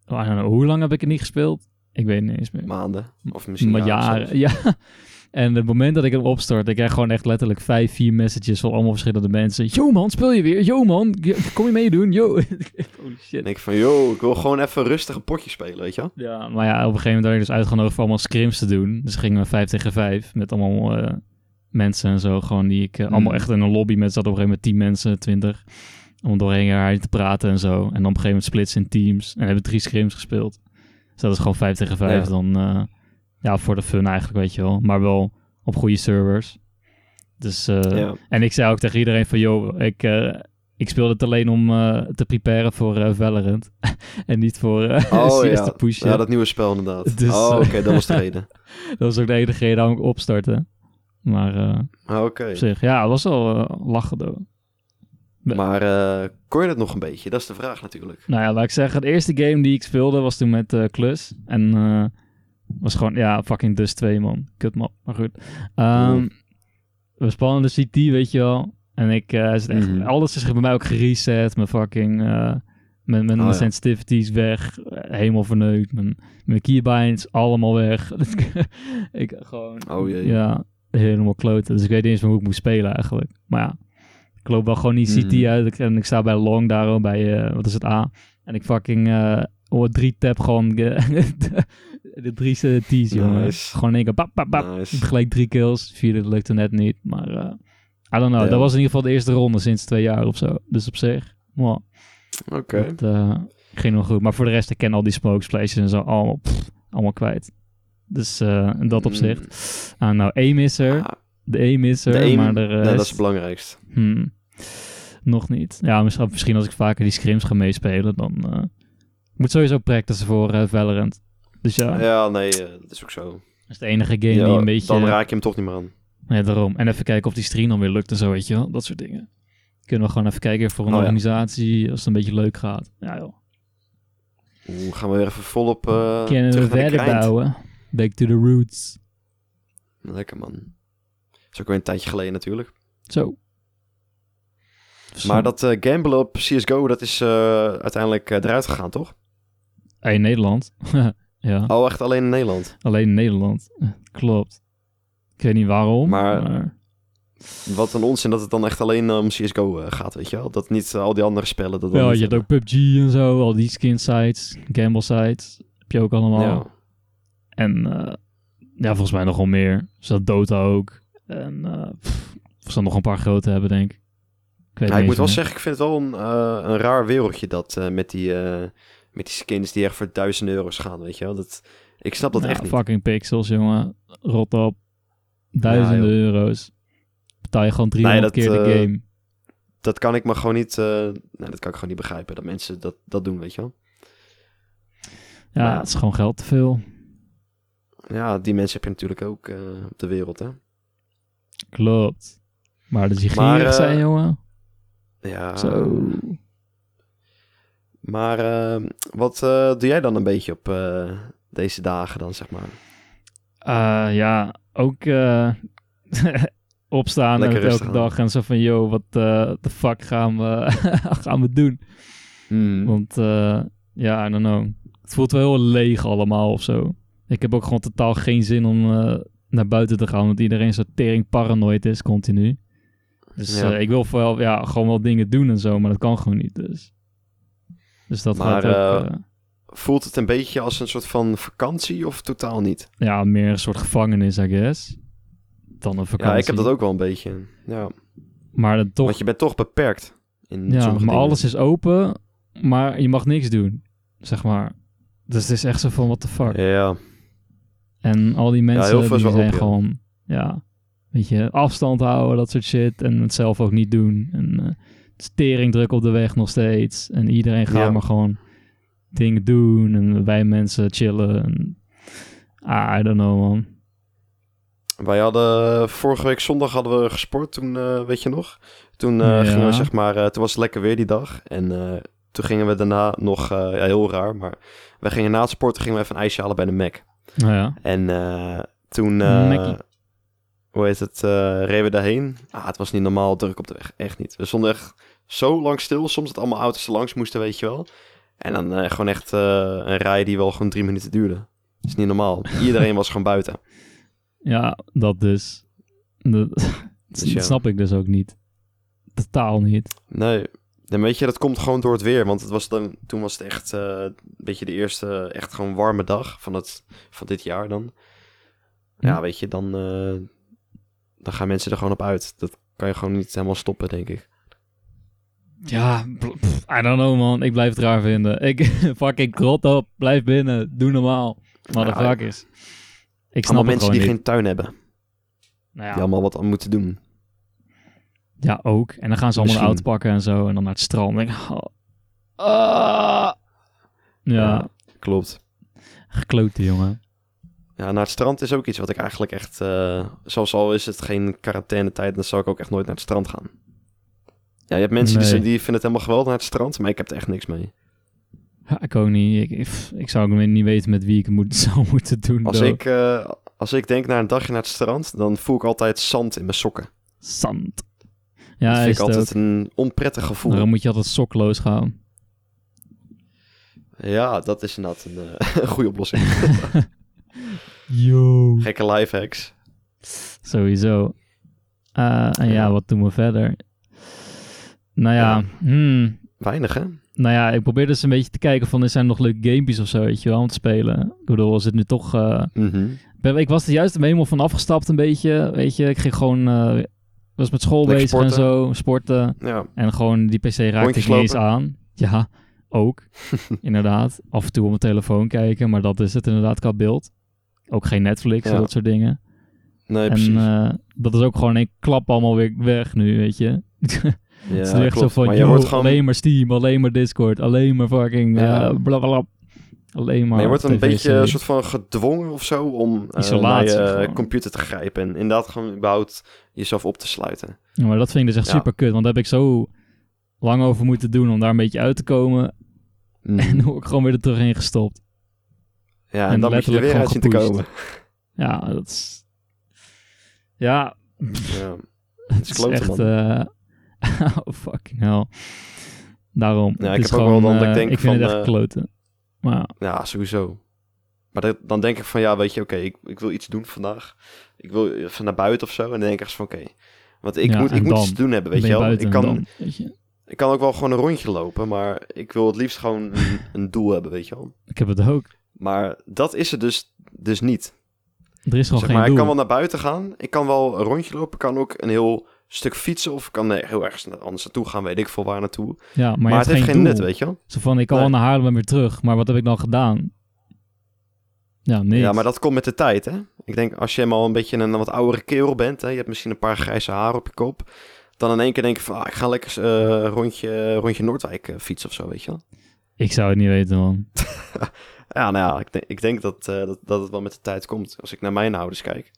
oh, I don't know, hoe lang heb ik het niet gespeeld? Ik weet het niet eens meer.
Maanden. Of misschien
Maar
zelfs.
jaren, ja. En het moment dat ik hem opstart, ik krijg gewoon echt letterlijk vijf, vier messages van allemaal verschillende mensen. Yo man, speel je weer? Yo man, je- kom je meedoen? Yo. Holy shit.
Dan denk ik van, yo, ik wil gewoon even rustig een potje spelen, weet je wel?
Ja, maar ja, op een gegeven moment werd ik dus uitgenodigd voor allemaal scrims te doen. Dus gingen we vijf tegen vijf met allemaal eh, mensen en zo. Gewoon die ik eh,
Hmm.
allemaal echt in een lobby met zat op een gegeven moment tien mensen, twintig. Om doorheen haar te praten en zo. En dan op een gegeven moment splitsen in teams. En hebben drie scrims gespeeld. Dus dat is gewoon vijf tegen vijf
Ja.
dan. eh, ja, voor de fun eigenlijk, weet je wel. Maar wel op goede servers. Dus, eh,
ja.
En ik zei ook tegen iedereen van... joh, ik, eh, ik speel dit alleen om eh, te preparen voor eh, Valorant. en niet voor eh
Oh
CS
ja.
te pushen.
ja, dat nieuwe spel inderdaad.
Dus,
oh,
eh,
oké, dat was de reden.
Dat was ook de enige reden waarom ik opstartte. Maar eh,
Ah, Oké.
op zich, ja, het was wel eh, lachen. Though.
Maar eh, kon je dat nog een beetje? Dat is de vraag natuurlijk.
Nou ja, laat ik zeggen, de eerste game die ik speelde was toen met eh, Klus. En eh, was gewoon, ja, fucking dus 2, man. Kut map, maar goed. Ehm,
Oeh.
We spannen de CT, weet je wel. En ik, eh, is echt,
Mhm.
alles is bij mij ook gereset. Mijn fucking, eh, mijn, mijn
Oh, ja.
sensitivity is weg. eh, Helemaal verneukt. Mijn, mijn keybinds, allemaal weg. ik gewoon,
Oh jee.
Ja, helemaal kloten. Dus ik weet niet eens meer hoe ik moet spelen eigenlijk. Maar ja, ik loop wel gewoon die CT
Mhm.
uit. Ik- En ik sta bij Long daarom, bij, eh, wat is het, A. En ik fucking, eh hoor drie tap gewoon ge- de drie eh, T's, jongen.
Nice.
Gewoon in één keer, bap, bap, bap.
Nice.
Gelijk drie kills. Vierde lukte net niet, maar eh I don't know.
Ja.
Dat was in ieder geval de eerste ronde sinds twee jaar of zo. Dus op zich, wow,
Oké.
dat eh, ging wel goed. Maar voor de rest, ik ken al die smoke splashes en zo allemaal, pff, allemaal kwijt. Dus eh, in dat
Mm.
opzicht. Ah, nou, E-misser.
Ah,
De E-misser,
de aim-
maar de
nee,
rest...
dat is het belangrijkst.
hmm, nog niet. Ja, misschien, misschien als ik vaker die scrims ga meespelen, dan... eh, ik moet sowieso practice voor eh, Valorant. Dus ja,
Ja, nee, eh, dat is ook zo.
dat is de enige game
Ja,
die een beetje...
Dan raak je hem toch niet meer aan.
Ja, daarom. En even kijken of die stream dan weer lukt en zo, weet je wel. Dat soort dingen. Kunnen we gewoon even kijken voor een
Oh, ja.
organisatie, als het een beetje leuk gaat. Ja joh.
Oeh, gaan we weer even volop eh
Kunnen we
terug naar de
verder
grind.
bouwen. Back to the roots.
Lekker man. is ook weer een tijdje geleden natuurlijk.
Zo.
Maar dat eh gamblen op CSGO, dat is eh, uiteindelijk eh, eruit gegaan, toch?
Hey, in Nederland. ja,
Oh, echt alleen in Nederland.
alleen in Nederland. Klopt. Ik weet niet waarom,
Maar-
maar...
Wat een onzin dat het dan echt alleen om CSGO eh, gaat, weet je wel? Dat niet eh, al die andere spellen dat dan
Ja,
niet eh,
je hebt ook
hebben.
PUBG en zo. Al die skin sites, gamble sites. Heb je ook allemaal.
Ja.
En eh, Ja, volgens mij nogal meer. Dus dat Dota ook. En eh pff, of ze dan nog een paar grote hebben, denk ik. Ik weet het
Ja, ik
niet
moet wel
eens meer.
zeggen, ik vind het wel een, eh, een raar wereldje dat eh, met, die, eh, met die skins die echt voor duizenden euro's gaan, weet je wel. Dat, ik snap dat
Nou,
echt niet.
Fucking pixels, jongen. Rot op. Duizenden euro's. Betaal je gewoon 300
dat,
keer de
eh,
game.
Dat kan ik me gewoon niet, eh, nee, dat kan ik gewoon niet begrijpen, dat mensen dat, dat doen, weet je wel.
Ja,
nou ja.
het is gewoon geld te veel.
Ja, die mensen heb je natuurlijk ook eh, op de wereld, hè.
Klopt. Maar dat die
Maar,
gierig
eh,
zijn, jongen.
Ja,
Zo.
maar eh, wat eh, doe jij dan een beetje op eh, deze dagen dan, zeg maar?
Eh, ja, ook eh, opstaan en
Lekker
het elke
rustig aan.
dag en zo van... Yo, wat de fuck gaan we, gaan we doen?
Hm.
Want eh, ja, I don't know. Het voelt wel heel leeg allemaal of zo. Ik heb ook gewoon totaal geen zin om eh, naar buiten te gaan, want iedereen zo tering paranoid is continu. Dus
Ja.
eh, ik wil wel, ja, gewoon wel dingen doen en zo, maar dat kan gewoon niet. Dus, dus dat
Maar,
gaat ook,
eh,
eh,
Voelt het een beetje als een soort van vakantie of totaal niet?
ja, meer een soort gevangenis, I guess. Dan een vakantie.
Ja, ik heb dat ook wel een beetje, ja.
Maar dat toch,
Want je bent toch beperkt in
ja, maar
sommige dingen.
alles is open, maar je mag niks doen, zeg maar. Dus het is echt zo van, what the fuck.
Ja,
En al die
heel
mensen
veel
die
is wel
zijn
op, ja.
gewoon, ja, weet je, afstand houden, dat soort shit. En het zelf ook niet doen. En eh het is teringdruk op de weg nog steeds. En iedereen gaat
Ja.
maar gewoon dingen doen. En wij mensen chillen. En, ah, I don't know, man.
wij hadden vorige week zondag hadden we gesport toen, eh, weet je nog? Toen eh,
Ja.
gingen we zeg maar, eh, toen was het lekker weer die dag en eh, toen gingen we daarna nog, eh, ja, heel raar, maar we gingen na het sporten gingen we even een ijsje halen bij de Mac.
Nou ja,
En eh, toen, eh,
Mackie.
hoe heet het, eh, reden we daarheen. Ah, het was niet normaal druk op de weg, echt niet. We stonden echt zo lang stil, soms dat allemaal auto's er langs moesten, weet je wel. En dan eh, gewoon echt eh, een rij die wel gewoon drie minuten duurde. Dat is niet normaal. Iedereen was gewoon buiten.
ja dat dus. Dat,
Dus ja.
dat snap ik dus ook niet. Totaal niet.
Nee, dan weet je, dat komt gewoon door het weer. Want het was dan, toen was het echt eh, een beetje de eerste echt gewoon warme dag van, het, van dit jaar dan. Ja,
Hm.
weet je, dan, eh, dan gaan mensen er gewoon op uit. Dat kan je gewoon niet helemaal stoppen, denk ik.
Ja, pff, pff, I don't know, man. Ik blijf het raar vinden. Ik, fucking krot op. Blijf binnen. Doe normaal. Motherfuckers. Ik snap
Allemaal
het
mensen
gewoon
die
niet.
geen tuin hebben.
Nou
Die
ja,
allemaal wat aan moeten doen.
ja, ook. En dan gaan ze allemaal
Misschien.
oud pakken en zo. En dan naar het strand. Denk, ik, oh. Ah. Ja,
klopt.
geklote jongen.
Ja, naar het strand is ook iets wat ik eigenlijk echt... eh zelfs al is het geen quarantainetijd, dan zou ik ook echt nooit naar het strand gaan. Ja, je hebt mensen die,
Nee.
die vinden het helemaal geweldig naar het strand, maar ik heb er echt niks mee.
Ja, ik ook niet. Ik, ik, pff, ik zou ook niet weten met wie ik het moet, zou moeten doen.
Als
bro.
ik, eh, als ik denk naar een dagje naar het strand, dan voel ik altijd zand in mijn sokken.
Zand.
dat
Ja,
vind
is
ik
het
altijd
ook.
een onprettig gevoel.
Daarom moet je altijd sokloos gaan.
Ja, dat is inderdaad een eh, goede oplossing.
Yo.
Gekke lifehacks.
Sowieso. Eh, en ja.
Ja.
wat doen we verder? Nou ja,
Ja.
hmm.
Weinig, hè?
nou ja, ik probeer dus een beetje te kijken van, er zijn nog leuke gamepjes of zo, weet je wel, om te spelen. Ik bedoel, is het nu toch... eh, ik ben, ik was er juist helemaal van afgestapt een beetje, weet je. Ik ging gewoon, eh, was met school
Lekker
bezig en
sporten.
zo, sporten.
Ja,
En gewoon die PC raakte ik
Hondjes
niet eens
lopen.
aan. Ja, ook. inderdaad. Af en toe op mijn telefoon kijken, maar dat is het inderdaad qua beeld. Ook geen Netflix en
Ja.
dat soort dingen.
nee,
En
precies.
eh, dat is ook gewoon in één klap allemaal weer weg nu, weet je.
ja,
het is nu echt
klopt.
zo van,
maar
yo,
je wordt gewoon,
alleen maar Steam, alleen maar Discord, alleen maar fucking
Ja.
eh blablabla. Alleen maar
maar je wordt een
TV
beetje een
series.
soort van gedwongen of zo om eh,
Isolatie
naar je
gewoon.
computer te grijpen. En inderdaad gewoon überhaupt jezelf op te sluiten.
Ja, maar dat vind ik dus echt
Ja.
super kut, want daar heb ik zo lang over moeten doen om daar een beetje uit te komen. En dan word ik gewoon weer er terug in gestopt.
Ja, en,
en
dan moet je er
letterlijk
weer
gewoon
uit zien te
gepusht.
komen.
Ja, dat is... Ja,
Ja,
het
is
is
klote,
echt...
man.
eh, oh, fucking hell. Daarom.
Ja,
Het
ik
is
heb ook wel
gewoon,
dan dat ik
eh,
denk
vind
van,
het echt
eh,
kloten. Maar
Ja, sowieso. Maar dat- dan denk ik van, ja, weet je, oké, ik, ik wil iets doen vandaag. Ik wil even naar buiten of zo. En dan denk ik echt van, oké. Want ik
Ja,
moet,
en
ik moet
dan
iets te doen hebben, weet
ben
je
je
wel.
buiten
ik,
en
kan,
dan, weet je.
ik kan ook wel gewoon een rondje lopen, maar ik wil het liefst gewoon een, een doel hebben, weet je wel.
Ik heb het ook.
Maar dat is het dus, dus niet.
Er is gewoon
Zeg
geen
maar,
doel.
ik kan wel naar buiten gaan. Ik kan wel een rondje lopen. Ik kan ook een heel stuk fietsen. Of ik kan eh, heel ergens na- anders naartoe gaan. Weet ik veel waar naartoe. Maar,
Ja, maar, je
het heeft geen
doel.
nut, weet je wel.
Zo van, ik kan
Nee.
wel naar Haarlem en weer terug, maar wat heb ik dan gedaan? Ja, niks.
Ja, maar dat komt met de tijd, hè. Ik denk, als je helemaal een beetje een wat oudere kerel bent... Hè, je hebt misschien een paar grijze haren op je kop... dan in één keer denk je van... ah, ik ga lekker eh rondje, rondje Noordwijk eh, fietsen of zo, weet je wel.
Ik zou het niet weten, man.
Ja, nou ja, ik, denk- ik denk dat, eh, dat, dat het wel met de tijd komt. Als ik naar mijn ouders kijk...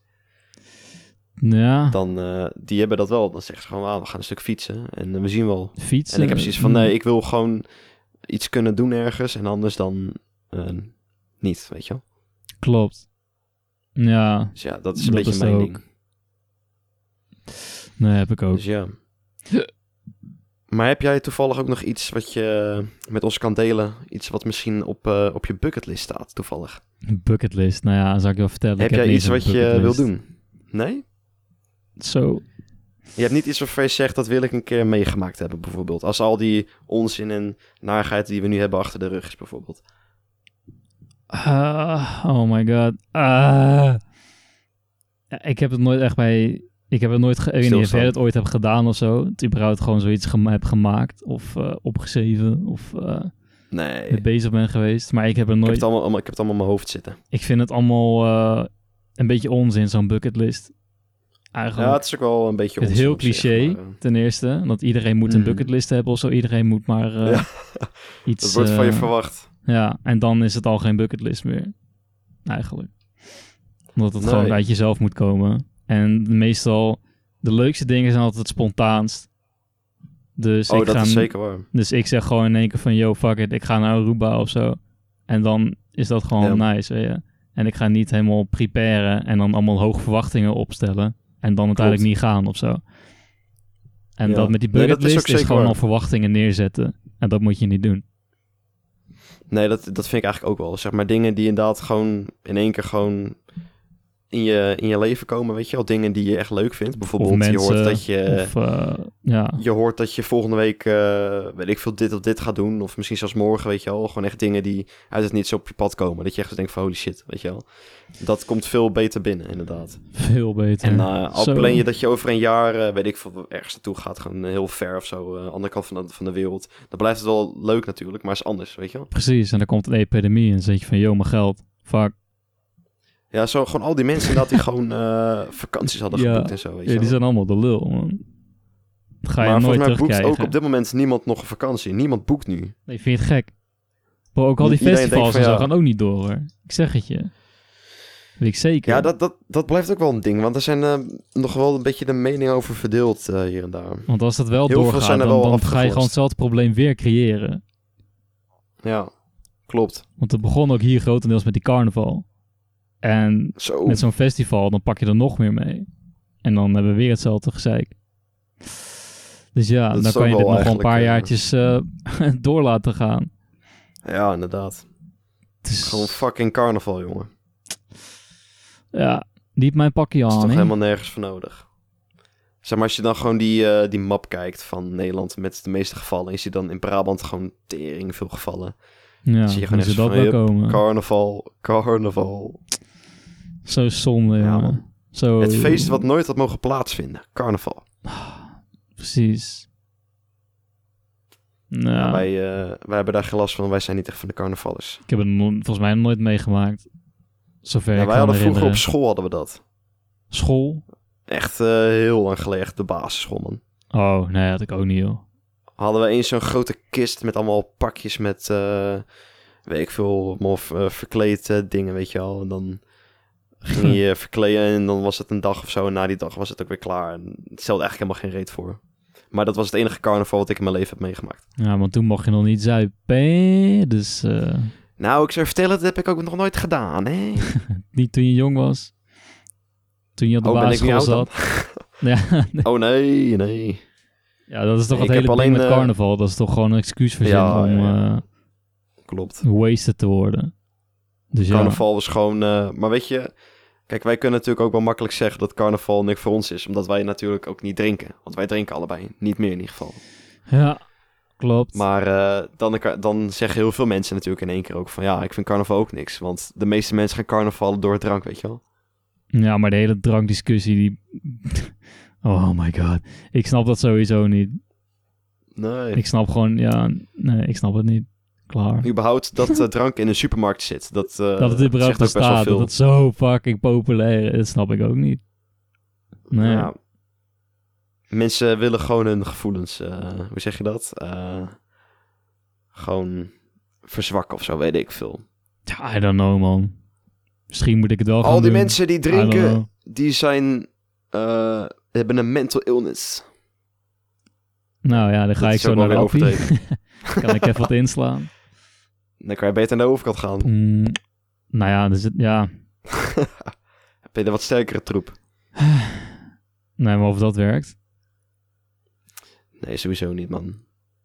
Ja,
dan eh, die hebben dat wel. Dan zeggen ze gewoon, ah, we gaan een stuk fietsen en eh, we zien wel.
fietsen.
En ik heb precies van,
mm,
nee, ik wil gewoon iets kunnen doen ergens en anders dan eh, niet, weet je wel.
Klopt. Ja,
Dus ja, dat is een
Dat
beetje
is
mijn
ook.
ding.
nee, heb ik ook.
Dus ja. Maar heb jij toevallig ook nog iets wat je met ons kan delen? Iets wat misschien op, eh, op je bucketlist staat, toevallig.
Een bucketlist, nou ja, zou ik je wel vertellen.
heb
ik
jij
niet
iets
zo'n
wat je
bucketlist.
wil doen? Nee?
Zo,
Je hebt niet iets waarvan je zegt, dat wil ik een keer meegemaakt hebben, bijvoorbeeld. Als al die onzin en narigheid die we nu hebben achter de rug is, bijvoorbeeld.
Ah, oh my god. Ah. Ja, ik heb het nooit echt bij. Ik heb het nooit. Ge- ik weet niet of
Stilstaan.
jij dat ooit hebt gedaan of zo. Het überhaupt gewoon zoiets gem- heb gemaakt. Of eh, opgeschreven. Of eh,
Nee.
mee bezig ben geweest. Maar ik heb er
Ik
nooit.
heb, het allemaal, allemaal- ik heb het allemaal in mijn hoofd zitten.
Ik vind het allemaal eh, een beetje onzin, zo'n bucketlist. Eigenlijk.
Ja, het is ook wel een beetje
het is
onzin
heel
op zich,
cliché,
maar, eh,
ten eerste. Dat iedereen moet een
Mhm.
bucketlist hebben of zo. Iedereen moet maar eh,
Ja.
iets...
dat wordt van je
eh,
verwacht.
Ja, en dan is het al geen bucketlist meer. Eigenlijk. Omdat het
Nee.
gewoon uit jezelf moet komen. En meestal, de leukste dingen zijn altijd het spontaanst. Dus,
oh,
ik
dat
ga,
is zeker waar.
dus ik zeg gewoon in één keer van, yo, fuck it, ik ga naar Aruba of zo. En dan is dat gewoon nice, weet je. En ik ga niet helemaal preparen en dan allemaal hoge verwachtingen opstellen. En dan uiteindelijk niet gaan of zo. En
Ja.
dat met die
Nee, dat is
bucketlist
ook
is,
zeker
gewoon
waar.
al verwachtingen neerzetten. En dat moet je niet doen.
Nee, dat, dat vind ik eigenlijk ook wel. Zeg maar dingen die inderdaad gewoon in één keer gewoon in je, in je leven komen, weet je wel. Dingen die je echt leuk vindt. Bijvoorbeeld, je hoort
mensen,
dat je...
of, eh, ja.
Je hoort dat je volgende week, eh, weet ik veel, dit of dit gaat doen. Of misschien zelfs morgen, weet je wel. Gewoon echt dingen die uit het niets op je pad komen. Dat je echt denkt van, holy shit, weet je wel. Dat komt veel beter binnen, inderdaad.
Veel beter.
En eh, al
Zo.
plan je dat je over een jaar, eh, weet ik veel, ergens naartoe gaat, gewoon eh, heel ver of zo, eh, andere kant van de, van de wereld. Dan blijft het wel leuk natuurlijk, maar is anders, weet je wel.
Precies, en dan komt een epidemie en dan zeg je van, joh, mijn geld, fuck.
Ja, zo gewoon al die mensen dat die gewoon eh, vakanties hadden
Ja,
geboekt en zo, weet
Ja,
je
die
wel.
zijn allemaal de lul, man. Dat ga je
Maar
nooit
volgens mij boekt
terugkrijgen.
ook op dit moment niemand nog een vakantie. Niemand boekt nu.
Nee, vind je het gek? Maar ook al die
Iedereen
festivals
denkt van,
en zo
ja.
gaan ook niet door, hoor. Ik zeg het je. Weet ik zeker.
Ja, dat, dat, dat blijft ook wel een ding, want er zijn eh, nog wel een beetje de meningen over verdeeld eh, hier en daar.
Want als dat wel
Heel veel
doorgaat,
zijn er
dan,
wel
dan ga je
afgegorst.
gewoon hetzelfde probleem weer creëren.
Ja, klopt.
Want het begon ook hier grotendeels met die carnaval. En
Zo.
met zo'n festival, dan pak je er nog meer mee. En dan hebben we weer hetzelfde gezeik. Dus ja,
Dat is
dan kan
ook
je
wel
dit nog wel een
eigenlijk,
paar
eh,
jaartjes eh, door laten gaan.
Ja, inderdaad.
Het is-
Gewoon fucking carnaval, jongen.
ja, niet mijn pakje
Dat is
aan.
toch
hè?
helemaal nergens voor nodig. Zeg maar, als je dan gewoon die, eh, die map kijkt van Nederland met de meeste gevallen... en je ziet dan in Brabant gewoon tering veel gevallen.
Ja,
zie je
moet
gewoon echt
je dat
van,
wel
hup,
komen.
Carnaval, carnaval.
Zo zonde,
Ja,
jongen.
man.
Zo,
Het feest wat nooit had mogen plaatsvinden. Carnaval.
Precies. Nou,
Ja, wij, eh, wij hebben daar geen last van, wij zijn niet echt van de carnavallers.
ik heb het no- volgens mij nog nooit meegemaakt. Zover
Ja,
ik
wij
kan
hadden vroeger op
herinneren.
school hadden we dat.
school.
Echt eh, heel lang geleden, echt de basisschool, man.
Oh, nee, had ik ook niet, joh.
Hadden we eens zo'n grote kist met allemaal pakjes met... eh, weet ik veel, mof, eh, verkleed eh, dingen, weet je wel. En dan ging je verkleden en dan was het een dag of zo. En na die dag was het ook weer klaar. En het stelde eigenlijk helemaal geen reet voor. Maar dat was het enige carnaval wat ik in mijn leven heb meegemaakt.
Ja, want toen mocht je nog niet zuipen. Dus eh,
Nou, ik zou je vertellen, dat heb ik ook nog nooit gedaan, hè?
niet toen je jong was. Toen je op de
Oh, ben ik nu
basisschool
oud dan?
zat. Ja, nee.
Oh, nee, nee.
ja, dat is toch
Ik
het hele
heb
ding
alleen,
met
eh,
carnaval. Dat is toch gewoon een excuus verzinnen
Ja,
om
ja, ja.
eh,
Klopt.
wasted te worden. Dus ja,
Carnaval was gewoon... eh, maar weet je... Kijk, wij kunnen natuurlijk ook wel makkelijk zeggen dat carnaval niks voor ons is. Omdat wij natuurlijk ook niet drinken. Want wij drinken allebei. Niet meer in ieder geval.
ja klopt.
Maar eh, dan, dan zeggen heel veel mensen natuurlijk in één keer ook van... Ja, ik vind carnaval ook niks. Want de meeste mensen gaan carnaval door drank, weet je wel.
Ja, maar de hele drankdiscussie, die... Oh my god. Ik snap dat sowieso niet.
Nee.
Ik snap gewoon, ja, nee, ik snap het niet. Klaar.
Überhaupt dat eh, drank in een supermarkt zit. Dat, eh,
dat het überhaupt
zegt ook best wel
bestaat,
veel.
dat het zo fucking populair is, snap ik ook niet. Nee.
Ja. Mensen willen gewoon hun gevoelens, eh, hoe zeg je dat? Eh, gewoon verzwakken of zo, weet ik veel.
Ja, I don't know, man. Misschien moet ik het wel gaan
Al die
doen.
mensen die
I don't
drinken,
know.
die zijn, eh, hebben een mental illness.
Nou ja, dan ga
Dat
ik
is
zo
ook wel
naar de
weer
appie.
overdreven.
kan ik even wat inslaan?
Dan kan je beter naar de overkant gaan.
Mm, nou ja, dus het, ja.
Heb je een wat sterkere troep?
Nee, maar of dat werkt.
Nee, sowieso niet, man.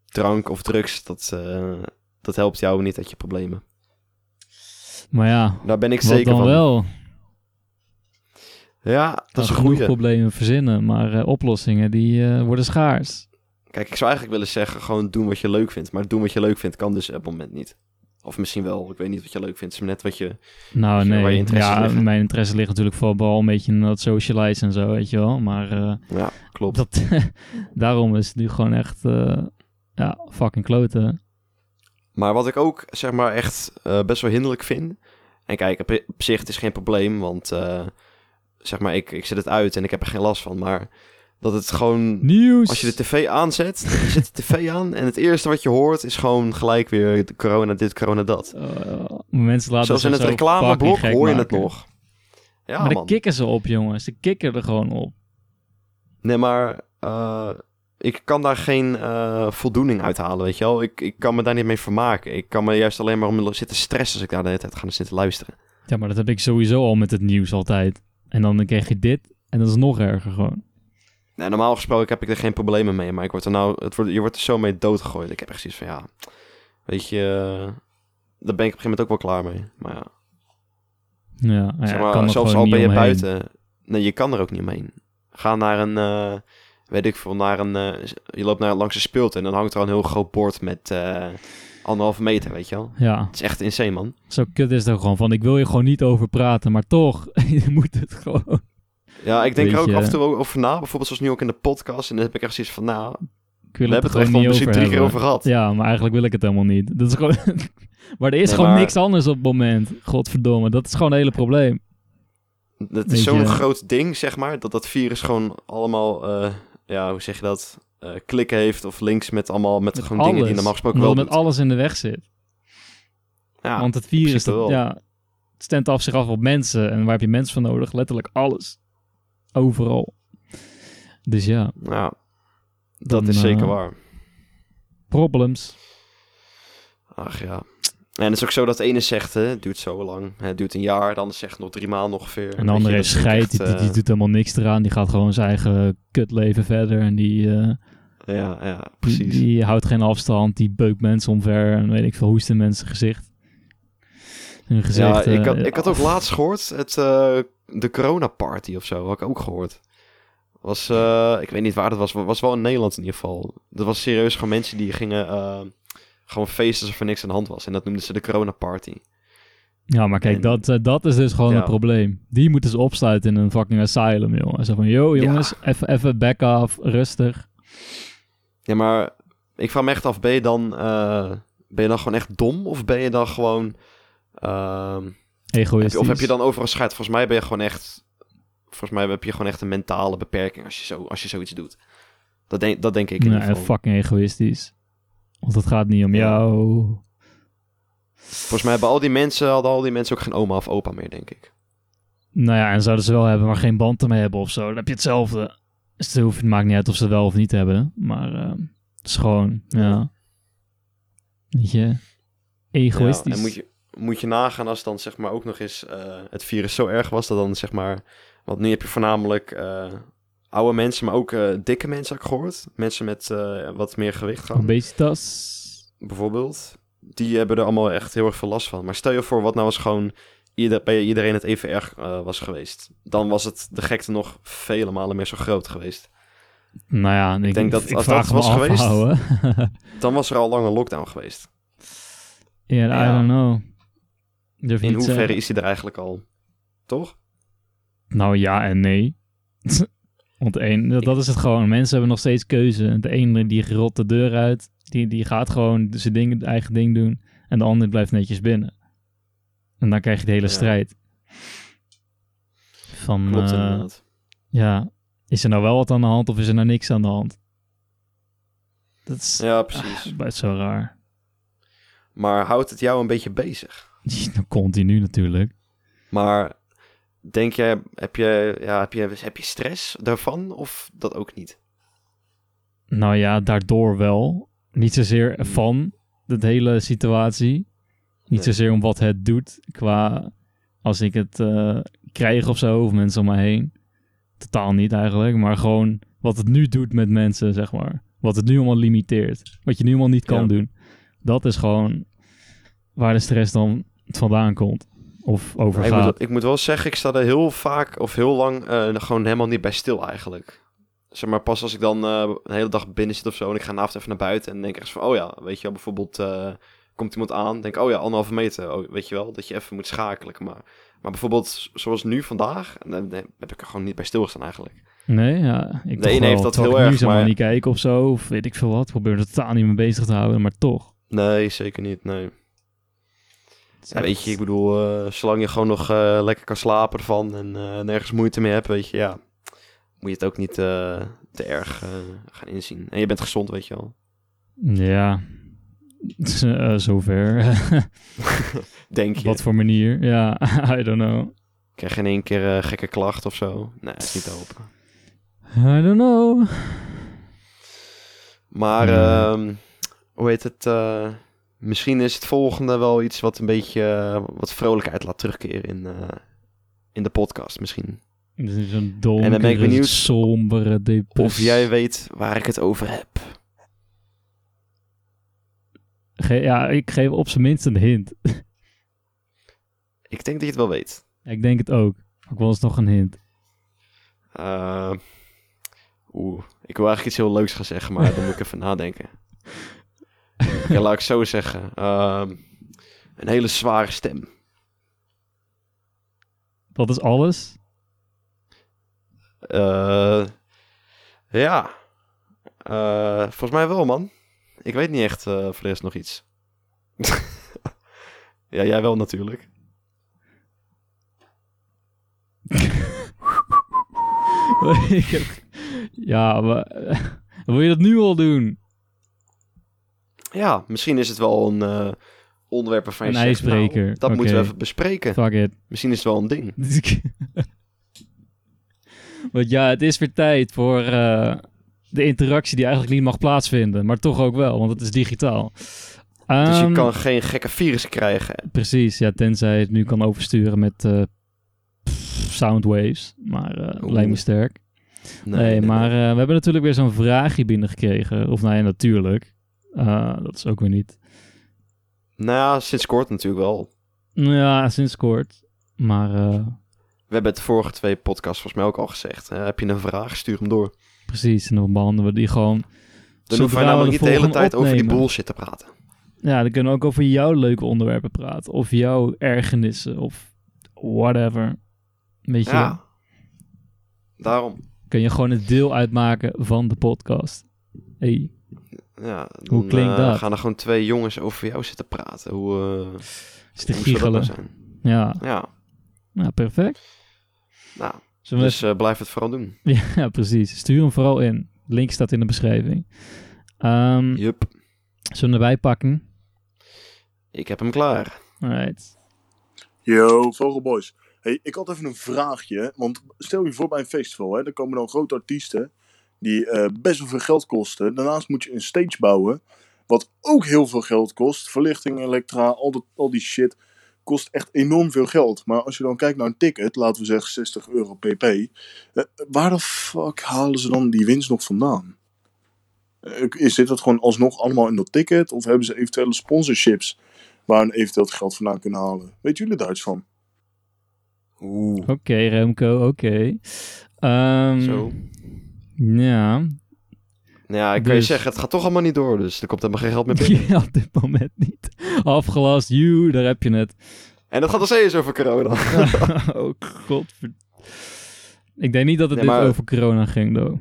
Drank of drugs, dat, eh, dat helpt jou niet uit je problemen.
Maar ja,
Daar ben ik
wat
zeker
dan
van.
wel? Dat
Ja, dat is een
genoeg
goede.
problemen verzinnen, maar eh, oplossingen die eh, worden schaars.
Kijk, ik zou eigenlijk willen zeggen, gewoon doen wat je leuk vindt. Maar doen wat je leuk vindt kan dus op het moment niet. Of misschien wel, ik weet niet wat je leuk vindt. Het is maar net wat je...
Nou
Of waar je
nee,
interesses
ja,
liggen.
mijn interesse ligt natuurlijk vooral een beetje in dat socialize en zo, weet je wel. Maar eh,
Ja, klopt.
dat, daarom is het nu gewoon echt, eh, ja, fucking kloten.
Maar wat ik ook, zeg maar, echt eh, best wel hinderlijk vind... En kijk, op, op zich het is geen probleem, want... eh, zeg maar, ik, ik zet het uit en ik heb er geen last van. Maar dat het gewoon...
Nieuws!
Als je de tv aanzet, je zet de tv aan... en het eerste wat je hoort is gewoon gelijk weer de corona dit, corona dat.
Eh, mensen laten
Zoals
zich
in het
zo
reclameblok
fucking gek
hoor je het
maken.
nog. Ja,
maar dan
man.
kikken ze op, jongens. Ze kikken er gewoon op.
Nee, maar eh, ik kan daar geen eh, voldoening uit halen, weet je wel. Ik, ik kan me daar niet mee vermaken. Ik kan me juist alleen maar om zitten stressen als ik daar de hele tijd ga zitten luisteren.
Ja, maar dat heb ik sowieso al met het nieuws altijd. En dan krijg je dit en dat is nog erger gewoon.
Nee, normaal gesproken heb ik er geen problemen mee, maar ik word er nou, het wordt, je wordt er zo mee doodgegooid. Ik heb echt zoiets van, ja, weet je, eh, daar ben ik op een gegeven moment ook wel klaar mee. Maar ja,
Ja, nou ja,
zeg
ik kan
maar,
er
zelfs
gewoon
al
niet
ben je
omheen.
buiten, nee, je kan er ook niet omheen. Ga naar een, eh, weet ik veel, naar een, eh, je loopt naar, langs een speelt en dan hangt er al een heel groot bord met eh, anderhalve meter, weet je wel.
Ja,
Het is echt insane, man.
zo kut is het ook gewoon van. Ik wil je gewoon niet over praten, maar toch, je moet het gewoon.
Ja, ik denk er
Weet
ook
je.
af en toe ook over na. Bijvoorbeeld zoals nu ook in de podcast. En dan heb ik echt zoiets van, nou,
Ik wil
we hebben het er echt
gewoon
al
niet
misschien
over
drie keer
hebben.
over gehad.
Ja, maar eigenlijk wil ik het helemaal niet. Dat is gewoon... maar er is
Nee,
gewoon
maar-
niks anders op het moment. Godverdomme, dat is gewoon het hele probleem.
Het
Weet
is zo'n
je.
groot ding, zeg maar, dat dat virus gewoon allemaal, eh, ja, hoe zeg je dat, Eh, klikken heeft of links met allemaal, met,
Met
gewoon
alles.
dingen die normaal gesproken
Omdat
wel
het met
doet.
alles in de weg zit.
Ja,
Want het virus,
principe
dat,
wel.
ja, het stemt af zich af op mensen. En waar heb je mensen voor nodig? Letterlijk alles. Overal. Dus ja,
ja, dat
dan,
is zeker
eh,
waar.
Problems.
Ach ja. En het is ook zo dat de ene zegt, hè, het duurt zo lang. Hè, Het duurt een jaar, de ander zegt nog drie maanden
En
ongeveer. Weet
de
je,
andere
dat
heeft
vind ik
scheid,
echt,
die, die-
eh,
die doet helemaal niks eraan. Die gaat gewoon zijn eigen kutleven verder. En die, eh,
Ja, ja,
die,
precies.
die houdt geen afstand. Die beukt mensen omver. En weet ik veel, hoest in mensen gezicht. Hun gezicht.
ja, ik
eh,
had, ik had ook
af.
laatst gehoord, het, eh, de corona party of zo, had ik ook gehoord. Was, eh, ik weet niet waar dat was, maar was wel in Nederland in ieder geval. Dat was serieus gewoon mensen die gingen eh, gewoon feesten alsof er niks aan de hand was. En dat noemden ze de corona party.
Ja, maar kijk,
En-
dat, eh, dat is dus gewoon
Ja.
een probleem. Die moeten ze opsluiten in een fucking asylum, jongen. Zo van, yo,
Ja.
jongens, even even back off, rustig.
Ja, maar ik vraag me echt af, ben je dan, eh, ben je dan gewoon echt dom? Of ben je dan gewoon, ehm, heb
Egoïstisch.
je- of heb je dan overal scheid? Volgens mij ben je gewoon echt, volgens mij heb je gewoon echt een mentale beperking als je, zo, als je zoiets doet. Dat denk, dat denk ik in
Nee,
ieder geval.
fucking egoïstisch. Want het gaat niet om jou.
Volgens mij hebben al die mensen, hadden al die mensen ook geen oma of opa meer, denk ik.
Nou ja, en zouden ze wel hebben, maar geen band ermee hebben of zo. Dan heb je hetzelfde. Dus het, hoeft, het maakt niet uit of ze het wel of niet hebben. Maar eh, het is gewoon, ja. Weet je, egoïstisch.
Ja, en moet je, moet je nagaan als dan zeg maar ook nog eens eh, het virus zo erg was dat dan zeg maar... Want nu heb je voornamelijk eh, oude mensen, maar ook eh, dikke mensen heb ik gehoord. Mensen met eh, wat meer gewicht gaan,
Obesitas.
bijvoorbeeld. Die hebben er allemaal echt heel erg veel last van. Maar stel je voor wat nou als gewoon ieder, bij iedereen het even erg eh, was geweest. Dan was het de gekte nog vele malen meer zo groot geweest.
Nou ja, ik,
denk dat
ik
als
vraag
dat
me
was
af,
geweest-
ouwe.
Dan was er al lang een lockdown geweest.
Ja, I
Ja.
don't know. Durf niet eh,
In
te
hoeverre
zeggen.
is hij er eigenlijk al? Toch?
Nou ja en nee. Want één, dat, dat is het gewoon. Mensen hebben nog steeds keuze. De ene die rolt de deur uit. Die, die gaat gewoon zijn ding, eigen ding doen. En de ander blijft netjes binnen. En dan krijg je de hele
Ja.
strijd. Van,
Klopt
eh,
inderdaad.
ja, is er nou wel wat aan de hand of is er nou niks aan de hand? Dat is,
Ja, precies.
dat blijft zo raar.
Maar houdt het jou een beetje bezig?
Continu natuurlijk.
Maar denk jij, heb je, ja, heb je, heb je stress daarvan of dat ook niet?
Nou ja, daardoor wel. Niet zozeer van de hele situatie. Niet
Hmm. Nee.
zozeer om wat het doet qua als ik het eh, krijg of zo, of mensen om me heen. Totaal niet eigenlijk, maar gewoon wat het nu doet met mensen, zeg maar. Wat het nu allemaal limiteert. Wat je nu allemaal niet kan
Ja.
doen. Dat is gewoon waar de stress dan vandaan komt. Of over
ik, moet,
gaat.
ik moet wel zeggen, ik sta er heel vaak of heel lang eh, gewoon helemaal niet bij stil eigenlijk. Zeg maar, pas als ik dan eh, een hele dag binnen zit of zo en ik ga een avond even naar buiten en denk echt van, oh ja, weet je wel, bijvoorbeeld eh, komt iemand aan, denk oh ja, anderhalve meter, oh, weet je wel, dat je even moet schakelen. Maar, maar bijvoorbeeld zoals nu vandaag, en dan dan heb ik er gewoon niet bij stilgestaan eigenlijk.
Nee, ja. Ik
De
toch
ene
wel.
heeft dat
Terwijl
heel
ik nu
erg,
zeg maar
maar-
niet kijken of zo, of weet ik veel wat. Probeer er totaal niet mee bezig te houden, maar toch.
Nee, zeker niet, nee.
Het is
Ja,
echt-
weet je, ik bedoel, eh, zolang je gewoon nog eh, lekker kan slapen ervan en eh, nergens moeite mee hebt, weet je, ja, moet je het ook niet eh, te erg eh, gaan inzien. En je bent gezond, weet je wel.
Ja, Z- eh, zover.
Denk je.
Wat voor manier? Ja, I don't know.
Ik krijg geen één keer eh, gekke klacht of zo. Nee, dat is niet te hopen.
I don't know.
Maar,
Nee.
ehm, hoe heet het? eh, misschien is het volgende wel iets wat een beetje eh, wat vrolijkheid laat terugkeren in, eh, in de podcast misschien.
Dit is een
En dan ben ik
donkere,
benieuwd
sombere depressie.
Of jij weet waar ik het over heb.
Ge- ja, ik geef op zijn minst een hint.
Ik denk dat je het wel weet.
ik denk het ook. Ik wil eens nog een hint.
Eh, Oeh, ik wil eigenlijk iets heel leuks gaan zeggen, maar dan moet ik even nadenken. Ja, laat ik zo zeggen. Ehm, een hele zware stem.
Dat is alles.
Eh, ja. Eh, volgens mij wel, man. Ik weet niet echt eh, voor de rest nog iets. ja, jij wel natuurlijk.
Ik heb- ja, maar... eh, wil je dat nu al doen?
Ja, misschien is het wel een eh, onderwerp waarvan je
Een
zegt, nou,
ijsbreker.
dat moeten we
Oké.
even bespreken.
Fuck it.
Misschien is het wel een ding.
Dus Want ja, het is weer tijd voor eh, de interactie die eigenlijk niet mag plaatsvinden. Maar toch ook wel, want het is digitaal.
Dus je
Ehm,
kan geen gekke virus krijgen.
Precies, ja, tenzij het nu kan oversturen met eh, pff, soundwaves. Maar eh
Oeh.
lijkt me sterk. Nee, maar eh, we hebben natuurlijk weer zo'n vraagje binnengekregen. Of nou ja, natuurlijk. Eh, dat is ook weer niet.
Nou ja, sinds kort natuurlijk wel.
Nou Ja, sinds kort. Maar eh,
We hebben het de vorige twee podcasts volgens mij ook al gezegd. Eh, heb je een vraag, stuur hem door.
precies, en dan behandelen we die gewoon.
Dan hoeven we
zodra
namelijk niet de hele
volgende
tijd over die
opnemen.
bullshit te praten.
Ja, dan kunnen we ook over jouw leuke onderwerpen praten. Of jouw ergernissen. Of whatever. Weet je, wel?
Ja. Daarom.
kun je gewoon een deel uitmaken van de podcast. Hey.
Ja,
Hoe klinkt
eh,
dat?
gaan er gewoon twee jongens over jou zitten praten. Hoe, eh,
Is te
hoe zou dat nou
giechelen.
zijn?
Ja,
Ja,
nou, perfect.
nou,
Zullen we
dus eh, blijf het vooral doen.
Ja, precies. Stuur hem vooral in. Link staat in de beschrijving. Ehm,
Jup,
Zullen we erbij pakken?
ik heb hem klaar.
Alright.
Yo, Vogelboys. Hey, ik had even een vraagje. Want stel je voor bij een festival, hè, daar komen dan grote artiesten die eh, best wel veel geld kosten. Daarnaast moet je een stage bouwen, wat ook heel veel geld kost. Verlichting, elektra, al, dat, al die shit kost echt enorm veel geld. Maar als je dan kijkt naar een ticket, laten we zeggen 60 euro pp. eh, waar de fuck halen ze dan die winst nog vandaan? Eh, is dit dat gewoon alsnog allemaal in dat ticket? Of hebben ze eventuele sponsorships waar hun eventueel het geld vandaan kunnen halen? Weet jullie daar iets van?
Oeh,
Oké, Remco, oké. Ehm,
zo.
Ja.
Nou ja, ik kan je
dus-
zeggen, het gaat toch allemaal niet door. Dus er komt helemaal geen geld meer binnen.
ja, op dit moment niet. Afgelast, you, daar heb je het.
En dat gaat nog steeds over corona.
oh, godver... Ik denk niet dat het
Nee, maar-
dit over corona ging, though.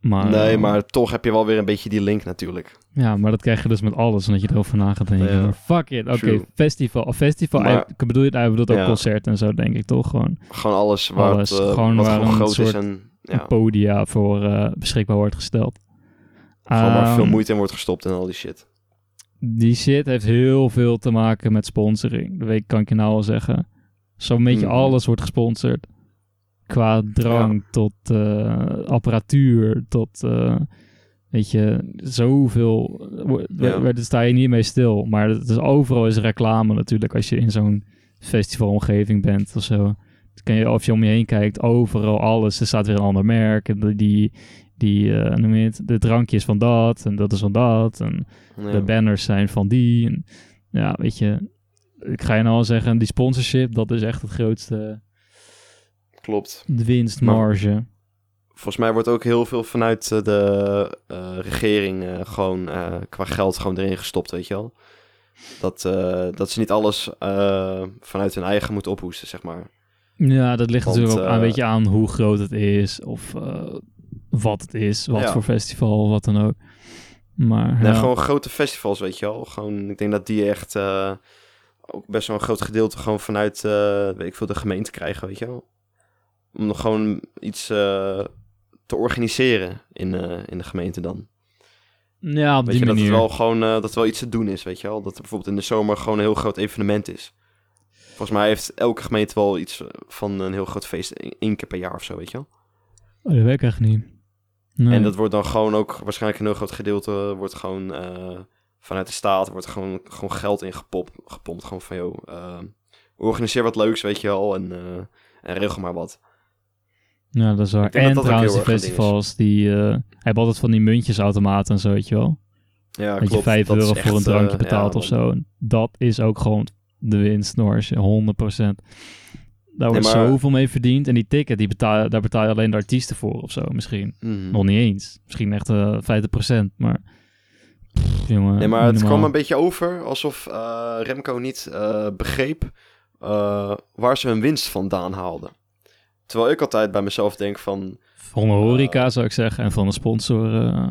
Maar,
nee,
eh,
maar toch heb je wel weer een beetje die link natuurlijk.
Ja, maar dat krijg je dus met alles, omdat je erover na gaat denken.
Ja.
Maar fuck it, oké,
True.
festival. Of festival,
Maar-
eh, ik bedoel je daar bedoelt ook
Ja.
concert en zo, denk ik, toch? Gewoon
Gewoon alles waar
Alles,
het, eh,
gewoon
wat
waar
gewoon
een
groot is
soort-
en ja,
een podia voor eh, beschikbaar wordt gesteld.
gewoon waar veel
Ehm,
moeite in wordt gestopt en al die shit.
Die shit heeft heel veel te maken met sponsoring. Dat weet, kan ik je nou al zeggen. Zo'n beetje
Mhm.
alles wordt gesponsord. Qua drank tot eh, apparatuur, tot... eh, weet je, zoveel... eh, wo-
Ja.
Daar daar sta je niet mee stil. Maar het is, overal is reclame natuurlijk als je in zo'n festivalomgeving bent of zo. Dan kan je, of je om je heen kijkt, overal alles. Er staat weer een ander merk. En die, die, eh, noem je het, de drankjes van dat en dat is van dat. En
Ja.
de banners zijn van die. En, ja, weet je, ik ga je nou al zeggen, die sponsorship, dat is echt het grootste
Klopt.
winstmarge.
Volgens mij wordt ook heel veel vanuit eh, de eh, regering eh, gewoon eh, qua geld gewoon erin gestopt, weet je wel. Dat, eh, dat ze niet alles eh, vanuit hun eigen moeten ophoesten, zeg maar.
Ja, dat ligt
Want,
natuurlijk ook aan,
eh,
weet je, aan hoe groot het is of eh, wat het is, wat
Ja.
voor festival, wat dan ook. Maar
Nee,
ja,
gewoon grote festivals, weet je wel. Gewoon, ik denk dat die echt eh, ook best wel een groot gedeelte gewoon vanuit, eh, weet ik veel, de gemeente krijgen, weet je wel. Om nog gewoon iets eh, te organiseren in, eh, in de gemeente dan.
ja op
Weet je,
die
dat
manier.
het wel gewoon eh, dat er wel iets te doen is, weet je wel. Dat er bijvoorbeeld in de zomer gewoon een heel groot evenement is. Volgens mij heeft elke gemeente wel iets eh, van een heel groot feest één één keer per jaar of zo, weet je wel.
Oh, dat weet ik echt niet. Nee.
En dat wordt dan gewoon ook, waarschijnlijk een heel groot gedeelte wordt gewoon eh, vanuit de staat, wordt gewoon, gewoon geld ingepompt. Gepompt, gewoon van, joh, eh, organiseer wat leuks, weet je wel, en, eh, en regel maar wat.
Ja, dat is waar.
Ik
En
denk dat dat ook
trouwens,
heel
die
erg een ding is.
festivals, die eh, hebben altijd van die muntjesautomaten en zo, weet je wel.
Ja,
dat je 5
dat is
euro
echt,
voor een drankje
eh,
betaalt
ja,
of zo. En Dat is ook gewoon de winst, Norris. 100%. Daar wordt
maar-
zoveel mee verdiend. En die ticket, die betaal, daar betaal je alleen de artiesten voor of zo. Misschien.
mhm.
Nog niet eens. Misschien echt eh 50%. Maar, Pff, jongen.
Nee, maar het
eh, minimaal.
kwam een beetje over alsof eh, Remco niet eh, begreep eh, waar ze hun winst vandaan haalden. Terwijl ik altijd bij mezelf denk van...
Van de horeca zou ik zeggen. En van de sponsor. eh,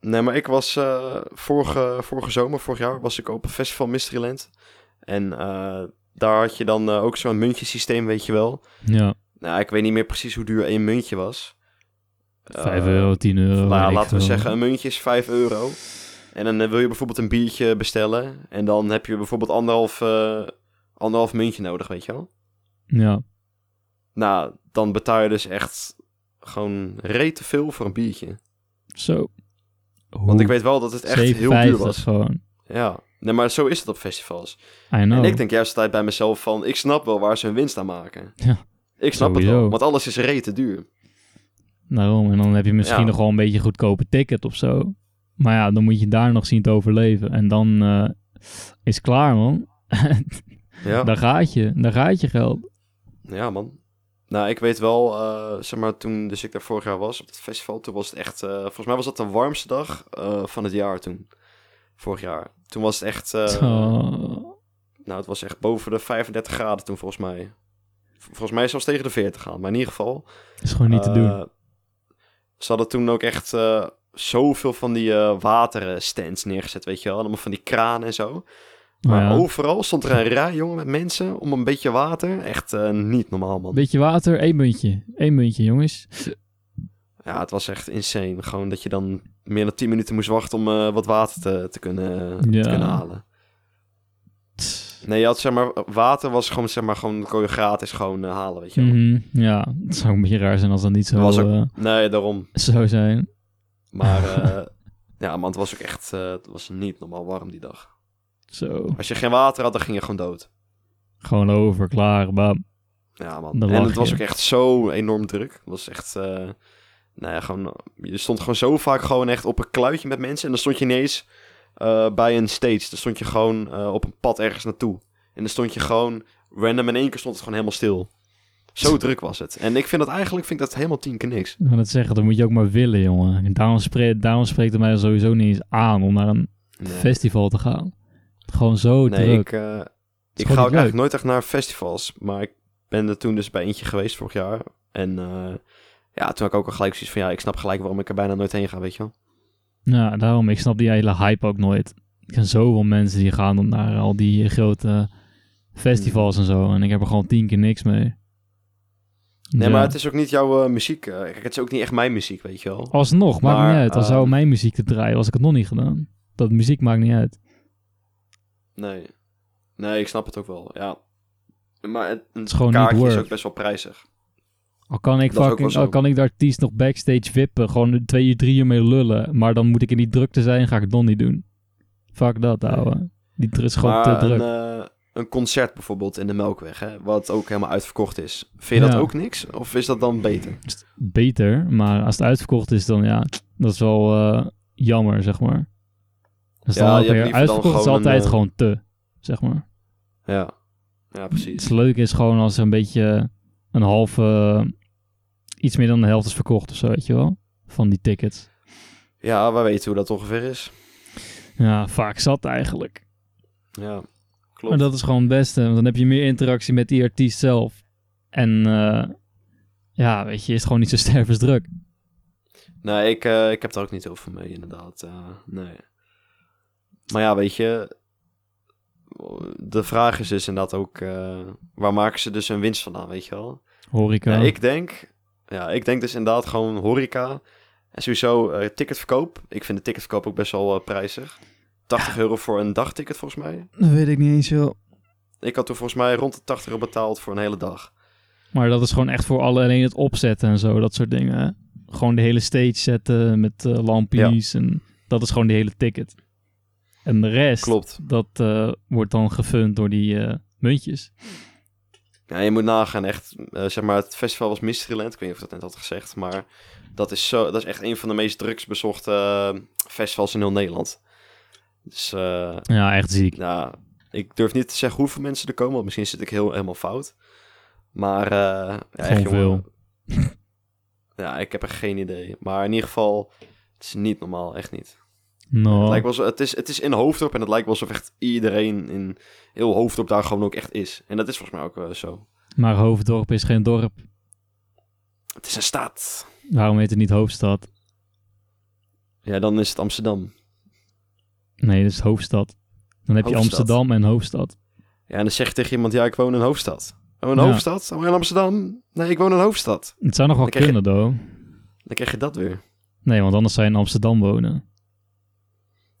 Nee, maar ik was eh, vorige, vorige zomer, vorig jaar, was ik op een festival Mysteryland. En eh, daar had je dan eh, ook zo'n muntjesysteem, weet je wel.
ja,
Nou, ik weet niet meer precies hoe duur één muntje was.
5
Eh,
euro, 10 euro.
nou,
weet ik
laten we
veel.
zeggen, een muntje is 5 euro. En dan eh, wil je bijvoorbeeld een biertje bestellen. En dan heb je bijvoorbeeld anderhalf, eh, anderhalf muntje nodig, weet je wel.
Ja.
Nou, dan betaal je dus echt gewoon reet te veel voor een biertje.
Zo.
Want ik weet wel dat het echt heel duur
7,50
was.
gewoon.
Ja, nee, maar zo is het op festivals.
I know.
En ik denk juist altijd bij mezelf van, ik snap wel waar ze hun winst aan maken.
Ja.
Ik snap het
Sowieso.
wel, want alles is reet te duur.
Daarom. En dan heb je misschien
Ja.
nog wel een beetje goedkope ticket of zo. Maar ja, dan moet je daar nog zien te overleven. En dan eh, is klaar, man.
Ja.
Daar gaat je. Daar gaat je geld.
Ja, man. Nou, ik weet wel, eh, zeg maar, toen dus ik daar vorig jaar was op het festival, toen was het echt, eh, volgens mij was dat de warmste dag eh, van het jaar toen. Vorig jaar. Toen was het echt, eh,
Oh. Zo.
nou, het was echt boven de 35 graden toen volgens mij. V- volgens mij zelfs tegen de 40 gaan, maar in ieder geval.
is gewoon niet te doen.
eh, Ze hadden toen ook echt eh, zoveel van die eh waterstands neergezet, weet je wel. Allemaal van die kranen en zo. Maar
Maar ja,
overal stond er een rij, jongen, met mensen om een beetje water. Echt eh, niet normaal, man.
beetje water, één muntje. Eén muntje, jongens.
Ja, het was echt insane. Gewoon dat je dan meer dan 10 minuten moest wachten om eh, wat water te, te, kunnen, eh,
Ja.
te kunnen halen.
Tss.
Nee, je had zeg maar, water was gewoon, zeg maar, gewoon, kon je gratis gewoon eh, halen, weet je wel.
Mhm. Ja, het zou een beetje raar zijn als dat niet zo,
Was ook-
eh,
Nee, daarom.
zo zijn.
Maar eh, ja, man, het was ook echt, eh, het was niet normaal warm die dag.
Zo.
Als je geen water had, dan ging je gewoon dood.
Gewoon over, klaar, bam.
Ja, man.
Dan
en
lag
het was
je.
ook echt zo enorm druk. Het was echt, eh, nou ja, gewoon, je stond gewoon zo vaak gewoon echt op een kluitje met mensen. En dan stond je ineens eh, bij een stage. Dan stond je gewoon eh, op een pad ergens naartoe. En dan stond je gewoon random in één keer stond het gewoon helemaal stil. Zo druk was het. En ik vind dat eigenlijk vind ik dat helemaal tien keer niks.
Ik kan het zeggen, dat moet je ook maar willen, jongen. En daarom, spree- daarom spreekt het mij sowieso niet eens aan om naar een
Nee,
festival te gaan. Gewoon zo
nee
druk.
ik, eh, ik
gewoon
ga ook
niet leuk.
eigenlijk nooit echt naar festivals. Maar ik ben er toen dus bij eentje geweest vorig jaar. En eh, ja, toen had ik ook al gelijk zoiets van, ja, ik snap gelijk waarom ik er bijna nooit heen ga, weet je wel.
Ja, daarom, ik snap die hele hype ook nooit. Ik ken zoveel mensen die gaan dan naar al die grote festivals en zo. En ik heb er gewoon tien keer niks mee. Ja.
Nee, maar het is ook niet jouw eh, muziek. eh, kijk, het is ook niet echt mijn muziek, weet je wel.
Alsnog, maakt
Maar,
niet uit. Als
ehm,
zou mijn muziek te draaien, was ik het nog niet gedaan. Dat muziek maakt niet uit.
Nee. Nee, ik snap het ook wel, ja. Maar het, het
is gewoon niet
kaartje is
worth.
ook best wel prijzig.
Al kan ik,
Dat is ook
fucking,
wel zo.
al kan ik de artiest nog backstage wippen, gewoon twee uur, drie uur mee lullen. Maar dan moet ik in die drukte zijn, ga ik het nog niet doen. Fuck dat,
Nee.
ouwe. Die dru- is gewoon
maar
te druk.
een, eh, een concert bijvoorbeeld in de Melkweg, hè, wat ook helemaal uitverkocht is. Vind je
Ja.
dat ook niks? Of is dat dan beter?
Is het Beter, maar als het uitverkocht is, dan ja, dat is wel eh, jammer, zeg maar. Dus
Ja,
dan
je
ook
hebt
weer-
liever dan
uitverkocht is
gewoon een,
altijd
eh,
gewoon te, zeg maar.
Ja, ja precies.
Het leuke is gewoon als er een beetje een halve, iets meer dan de helft is verkocht of zo, weet je wel, van die tickets.
Ja, we weten hoe dat ongeveer is.
Ja, vaak zat eigenlijk.
Ja, klopt.
Maar dat is gewoon het beste, want dan heb je meer interactie met die artiest zelf. En eh, ja, weet je, is gewoon niet zo stervensdruk.
Nee, ik, eh, ik heb daar ook niet heel veel mee, inderdaad. eh, nee. Maar ja, weet je... De vraag is dus inderdaad ook... eh, waar maken ze dus hun winst vandaan, weet je wel?
Horeca.
Ja, ik denk... Ja, ik denk dus inderdaad gewoon horeca. En sowieso eh, ticketverkoop. Ik vind de ticketverkoop ook best wel eh, prijzig. 80 euro voor een dagticket, volgens mij.
Dat weet ik niet eens veel.
Ik had toen volgens mij rond de 80 euro betaald voor een hele dag.
Maar dat is gewoon echt voor alle, alleen het opzetten en zo, dat soort dingen. hè. Gewoon de hele stage zetten met eh lampjes en dat is gewoon de hele ticket. En de rest,
Klopt.
dat eh, wordt dan gefund door die eh, muntjes.
Ja, je moet nagaan, echt. eh, zeg maar, het festival was Mysteryland. Ik weet niet of ik dat net had gezegd. Maar dat is, zo, dat is echt een van de meest drugsbezochte eh, festivals in heel Nederland. Dus eh,
Ja, echt ziek.
nou, ik durf niet te zeggen hoeveel mensen er komen. Want misschien zit ik heel, helemaal fout. Maar eh ja, echt,
Gewoon
jongen. Ja, ik heb echt geen idee. Maar in ieder geval, het is niet normaal. Echt niet. Het,
No.
lijkt wel zo, het, is, het is in Hoofddorp en het lijkt wel alsof echt iedereen in heel Hoofddorp daar gewoon ook echt is. En dat is volgens mij ook eh, zo.
Maar Hoofddorp is geen dorp.
Het is een staat.
Waarom heet het niet hoofdstad?
Ja, dan is het Amsterdam.
Nee, dat is hoofdstad. Dan heb je
Hoofdstad.
Amsterdam en hoofdstad.
Ja, en dan zeg je tegen iemand, ja, ik woon in een hoofdstad. Oh, een
Ja.
hoofdstad? Oh, in Amsterdam? Nee, ik woon in een hoofdstad.
Het zou nog wel
Dan krijg je-
kunnen, though.
Dan krijg je dat weer.
Nee, want anders zou je in Amsterdam wonen.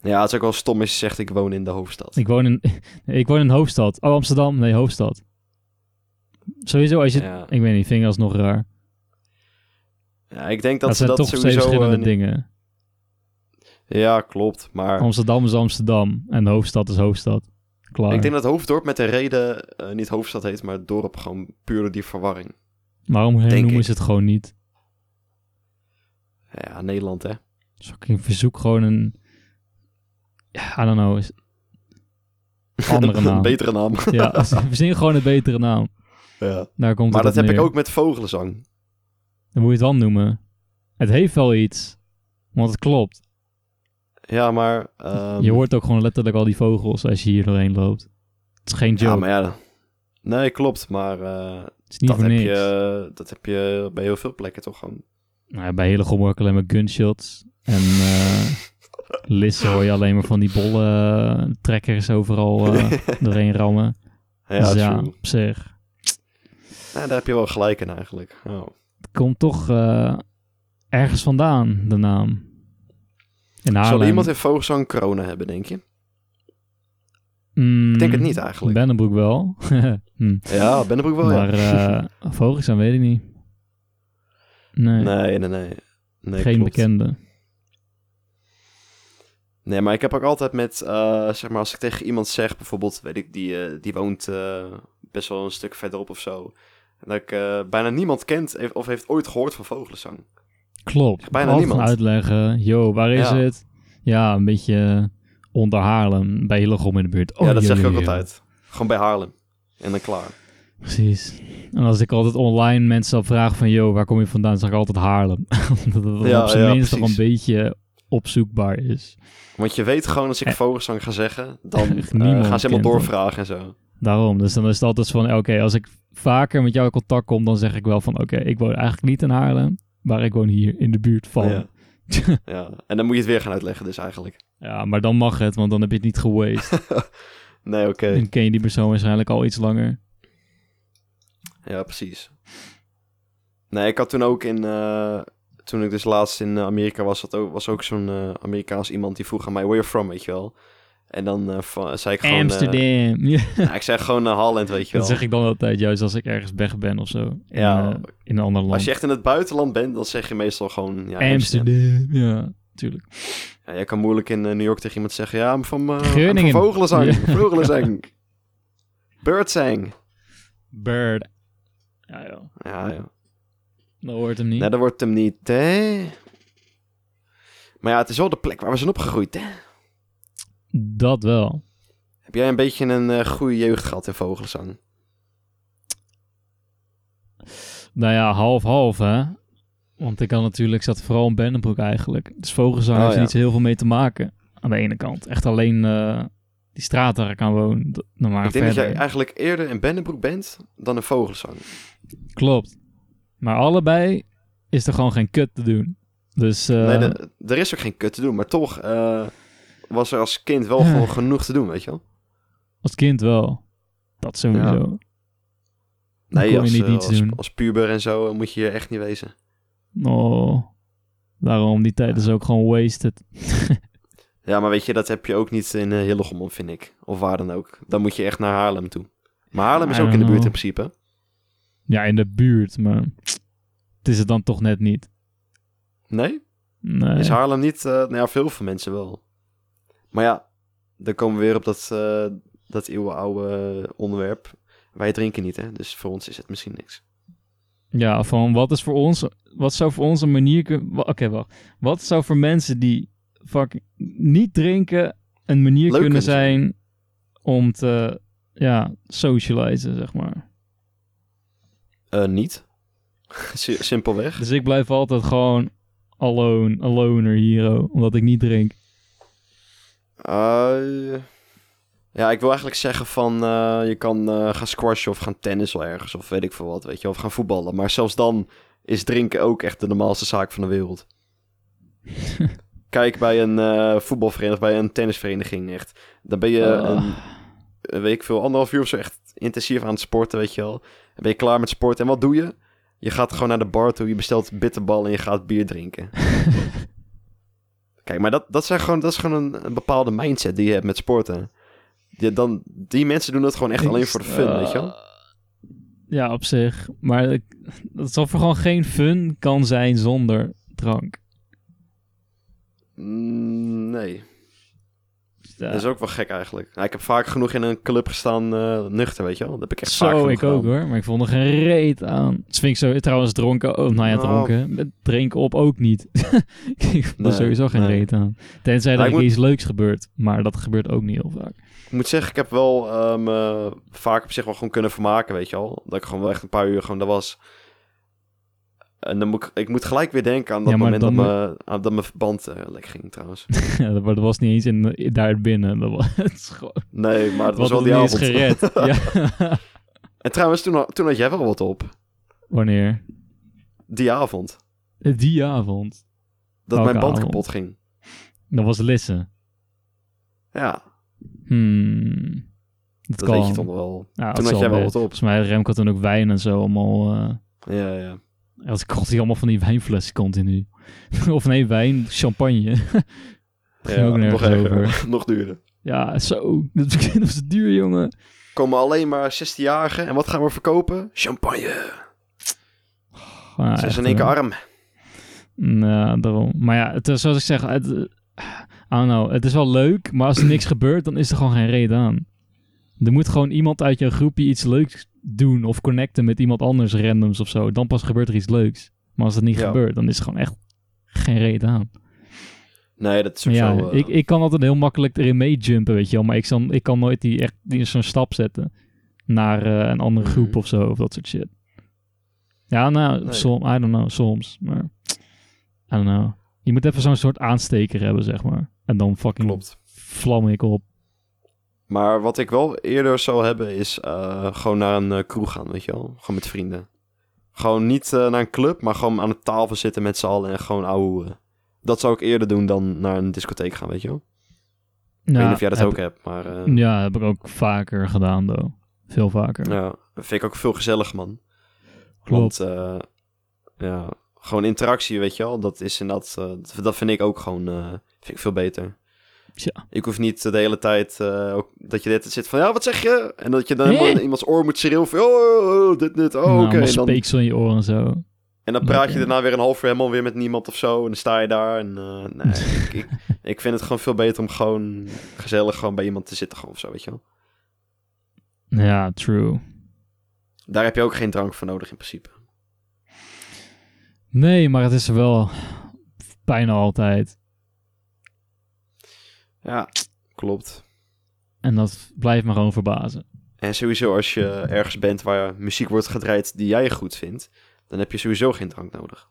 Ja, het is ook wel stom als je zegt, ik woon in de hoofdstad.
Ik woon in, nee, ik woon in hoofdstad. Oh, Amsterdam? Nee, hoofdstad. Sowieso als je...
Ja.
Ik weet niet, vind ik alsnog raar. Dat,
Ja, ik denk dat, ze
zijn
dat
toch twee
sowieso...
verschillende
eh, niet-
dingen.
Ja, klopt. Maar
Amsterdam is Amsterdam en hoofdstad is hoofdstad. Klaar.
ik denk dat Hoofddorp met de reden eh, niet hoofdstad heet, maar dorp gewoon puur door die verwarring.
Waarom
denk
noemen
ik.
ze het gewoon niet?
Ja, Nederland, hè.
Dus ik verzoek gewoon een... Ja, I don't know. is- Andere
Een
naam.
betere naam.
Ja, als- verzin gewoon een betere naam.
ja.
Daar komt
Maar
het
dat
op
heb ik
neer.
ook met vogelenzang.
Dan moet je het dan noemen. Het heeft wel iets. Want het klopt.
Ja, maar... ehm,
Je hoort ook gewoon letterlijk al die vogels als je hier doorheen loopt. Het is geen joke.
Ja, maar ja... Nee, klopt, maar... eh,
het is niet
dat,
voor
heb
niks.
je, eh, dat heb je bij heel veel plekken toch gewoon.
Nou ja, bij hele gemork alleen maar gunshots. En eh lissen hoor je alleen maar van die bolle eh, trekkers overal eh doorheen rammen.
ja,
dus ja,
true.
op zich.
Ja, daar heb je wel gelijk in eigenlijk. Oh.
Het komt toch eh, ergens vandaan, de naam. In
Zal
Haarlem.
iemand in Vogelsang corona hebben, denk je?
Mm,
Ik denk het niet eigenlijk.
Bennebroek wel. Hm.
Ja, ben ik wel, ja.
Maar eh vogels zijn weet ik niet. Nee,
Nee, nee, nee. nee
geen
klopt.
bekende.
Nee, maar ik heb ook altijd met, eh, zeg maar, als ik tegen iemand zeg, bijvoorbeeld, weet ik, die, eh, die woont eh, best wel een stuk verderop of zo. En dat ik eh, bijna niemand kent heeft- of heeft ooit gehoord van Vogelenzang.
Klopt.
Bijna
Altijd
niemand.
uitleggen. Yo, waar is
Ja.
het? Ja, een beetje eh, onder Haarlem, bij Hillegom in de buurt. Oh,
ja, dat
yo,
zeg ik
yo,
ook
yo.
altijd. Gewoon bij Haarlem. En dan klaar.
Precies. En als ik altijd online mensen al vraag van... Yo, waar kom je vandaan? zeg ik altijd Haarlem. Omdat het
Ja,
op zijn
ja,
minst toch een
precies.
beetje opzoekbaar is.
Want je weet gewoon, als ik
Eh.
Vogelenzang ga zeggen, dan eh,
Niemand
gaan ze helemaal
kent hem.
doorvragen en zo.
Daarom. Dus dan is het altijd van... Oké, als ik vaker met jou in contact kom, dan zeg ik wel van... Oké, ik woon eigenlijk niet in Haarlem, maar ik woon hier in de buurt van...
Ja. ja. En dan moet je het weer gaan uitleggen dus eigenlijk.
Ja, maar dan mag het, want dan heb je het niet gewasted.
Nee, oké.
Dan ken je die persoon waarschijnlijk al iets langer.
Ja, precies. Nee, ik had toen ook in... eh, toen ik dus laatst in eh, Amerika was, had ook, was ook zo'n eh, Amerikaans iemand die vroeg aan mij... Where you from, weet je wel? En dan eh, van- zei ik gewoon... eh,
Amsterdam. Ja,
nou, ik zei gewoon naar Holland, weet je wel.
dat zeg ik dan altijd, juist als ik ergens weg ben of zo. In,
Ja.
eh, in een ander land.
Als je echt in het buitenland bent, dan zeg je meestal gewoon... Ja,
Amsterdam. Ja, tuurlijk.
Ja, jij kan moeilijk in eh, New York tegen iemand zeggen... Ja, I'm from, eh, I'm
Groningen.
from Vogelenzang.
Ja.
Vogelenzang. Birdsang.
Bird. Ja, joh.
Ja, ja.
Dat hoort hem niet.
Nee, dat wordt hem niet, hè? Maar ja, het is wel de plek waar we zijn opgegroeid, hè?
Dat wel.
Heb jij een beetje een eh, goede jeugd gehad in Vogelzang?
Nou ja, half-half, hè. Want ik had natuurlijk, zat vooral in Bendenbroek eigenlijk. Dus Vogelzang
Oh,
heeft er
ja.
niet zo heel veel mee te maken. Aan de ene kant. Echt alleen eh, die straat waar ik aan woon. d- nou, Maar
ik denk
verder.
dat jij eigenlijk eerder in Bennenbroek bent dan in Vogelzang.
Klopt. Maar allebei is er gewoon geen kut te doen. Dus eh,
Nee, de- er is ook geen kut te doen, maar toch eh, was er als kind wel
Ja.
gewoon genoeg te doen, weet je wel?
als kind wel. Dat sowieso. Dan
Nee,
kon
als,
je niet
eh,
iets
als,
doen.
als puber en zo eh, moet je hier echt niet wezen.
Oh. Daarom, die tijd is ook gewoon wasted.
Ja, maar weet je, dat heb je ook niet in eh, Hillegom, vind ik. Of waar dan ook. Dan moet je echt naar Haarlem toe. Maar Haarlem is
I
ook in de
don't
buurt in
know.
principe.
Ja, in de buurt, maar... Het is het dan toch net niet.
Nee?
Nee.
Is Haarlem niet... eh nou ja, veel van mensen wel. Maar ja, dan komen we weer op dat, eh dat eeuwenoude onderwerp. Wij drinken niet, hè? Dus voor ons is het misschien niks.
Ja, van wat is voor ons, wat zou voor ons een manier kunnen. Oké, wacht. Wat zou voor mensen die fucking niet drinken een manier
Leuk
kunnen
kunnen zijn.
zijn om te, ja, socializen, zeg maar.
Eh, niet. Si- Simpelweg.
Dus ik blijf altijd gewoon alone, aloner hero, omdat ik niet drink.
Eh, ja, ik wil eigenlijk zeggen van... eh, je kan eh, gaan squashen of gaan tennissen wel ergens. Of weet ik veel wat, weet je. Of gaan voetballen. Maar zelfs dan is drinken ook echt de normaalste zaak van de wereld. Kijk bij een eh voetbalvereniging, bij een tennisvereniging echt. Dan ben je
Ah.
een eh, weet ik veel, anderhalf uur of zo echt intensief aan het sporten, weet je wel. Dan ben je klaar met sporten. En wat doe je? Je gaat gewoon naar de bar toe, je bestelt bitterbal en je gaat bier drinken. Kijk, maar dat, dat, zijn gewoon, dat is gewoon een, een bepaalde mindset die je hebt met sporten. Die, dan, die mensen doen dat gewoon echt alleen voor de fun,
Eh,
weet je wel.
Ja, op zich. Maar ik- dat is alsof er gewoon geen fun kan zijn zonder drank.
Mm, nee,
Ja.
dat is ook wel gek eigenlijk. Nou, ik heb vaak genoeg in een club gestaan eh, nuchter, weet je wel. Dat heb ik echt vaak
Zo,
genoeg
ik ook
gedaan.
hoor. Maar ik vond er geen reet aan. Dat vind ik zo trouwens dronken. Oh, nou ja,
Nou.
dronken. Met Drinken op ook niet. ik vond
Nee,
er sowieso geen
nee.
reet aan. Tenzij
Maar
dat
ik
er
moet-
iets leuks gebeurt. Maar dat gebeurt ook niet heel vaak.
Ik moet zeggen, ik heb wel ehm, eh, vaak op zich wel gewoon kunnen vermaken, weet je al. Dat ik gewoon wel echt een paar uur gewoon daar was. En dan moet ik, ik moet gelijk weer denken aan dat
Ja, maar
moment
dan
dat, me, aan dat mijn verband eh, lek ging trouwens.
ja, dat dat was niet eens in, daar binnen. Dat was, het is gewoon,
Nee, maar het was
wat
wel
is
die
niet eens gered.
avond.
ja.
En trouwens, toen, had- toen had jij wel wat op.
Wanneer? Eh,
Die avond.
Die avond.
Dat
Welke
mijn band
avond?
kapot ging.
Dat was Lisse.
Ja,
Hmm. Dat,
dat
kan.
weet je toch nog wel.
Ja, dat
toen had
zal
jij wel
weer.
wat op.
Volgens mij Remco had toen ook wijn en zo allemaal... eh,
Ja, ja.
Als ik kocht hij allemaal van die wijnflessen continu. of nee, wijn, champagne. ging
ja
ook nergens
nog
over.
nog duurder.
ja, zo. Dat begint op zijn duur, jongen.
Komen alleen maar 16-jarigen. En wat gaan we verkopen? Champagne.
Ja,
Ze
echt,
is in één keer
eh,
arm.
Nou, daarom. Maar ja, het, is zoals ik zeg, het, eh, I don't know, het is wel leuk, maar als er niks gebeurt, dan is er gewoon geen reden aan. Er moet gewoon iemand uit je groepje iets leuks doen of connecten met iemand anders randoms of zo. Dan pas gebeurt er iets leuks. Maar als dat niet
Ja.
gebeurt, dan is er gewoon echt geen reden aan.
Nee, dat is ook
Maar Ja,
zo. eh,
ik, ik kan altijd heel makkelijk erin meejumpen, weet je wel. Maar ik, zal, ik kan nooit die echt die zo'n stap zetten naar eh, een andere
Mhm.
groep of zo, of dat soort shit. Ja, nou,
Nee.
som, I don't know, soms. Maar, I don't know. Je moet even zo'n soort aansteker hebben, zeg maar. En dan fucking
Klopt.
vlam ik op.
Maar wat ik wel eerder zou hebben is eh, gewoon naar een eh, crew gaan, weet je wel. Gewoon met vrienden. Gewoon niet eh, naar een club, maar gewoon aan de tafel zitten met z'n allen en gewoon ouwe. Dat zou ik eerder doen dan naar een discotheek gaan, weet je wel. Ik weet niet of jij dat
heb,
ook hebt, maar eh,
Ja, heb ik ook vaker gedaan, though. Veel vaker.
ja, dat vind ik ook veel gezellig, man.
Klopt.
Want eh, ja, gewoon interactie, weet je wel. Dat is inderdaad, eh, dat- dat vind ik ook gewoon eh, vind ik veel beter.
Tja.
Ik hoef niet de hele tijd eh, ook, dat je dit zit van, ja, wat zeg je? En dat je dan helemaal
Hè?
in iemands oor moet schreeuwen van, oh, oh, dit, dit, oh,
Nou,
oké.
allemaal
En, dan,
speeksel in je oren en zo.
en dan praat je
Oké.
daarna weer een half uur helemaal weer met niemand of zo. En dan sta je daar en eh, nee, ik, ik, ik vind het gewoon veel beter om gewoon gezellig gewoon bij iemand te zitten gewoon, of zo, weet je wel.
Ja, true.
Daar heb je ook geen drank voor nodig in principe.
Nee, maar het is er wel bijna altijd.
Ja, klopt.
En dat blijft me gewoon verbazen.
En sowieso als je ergens bent waar muziek wordt gedraaid die jij goed vindt, dan heb je sowieso geen drank nodig.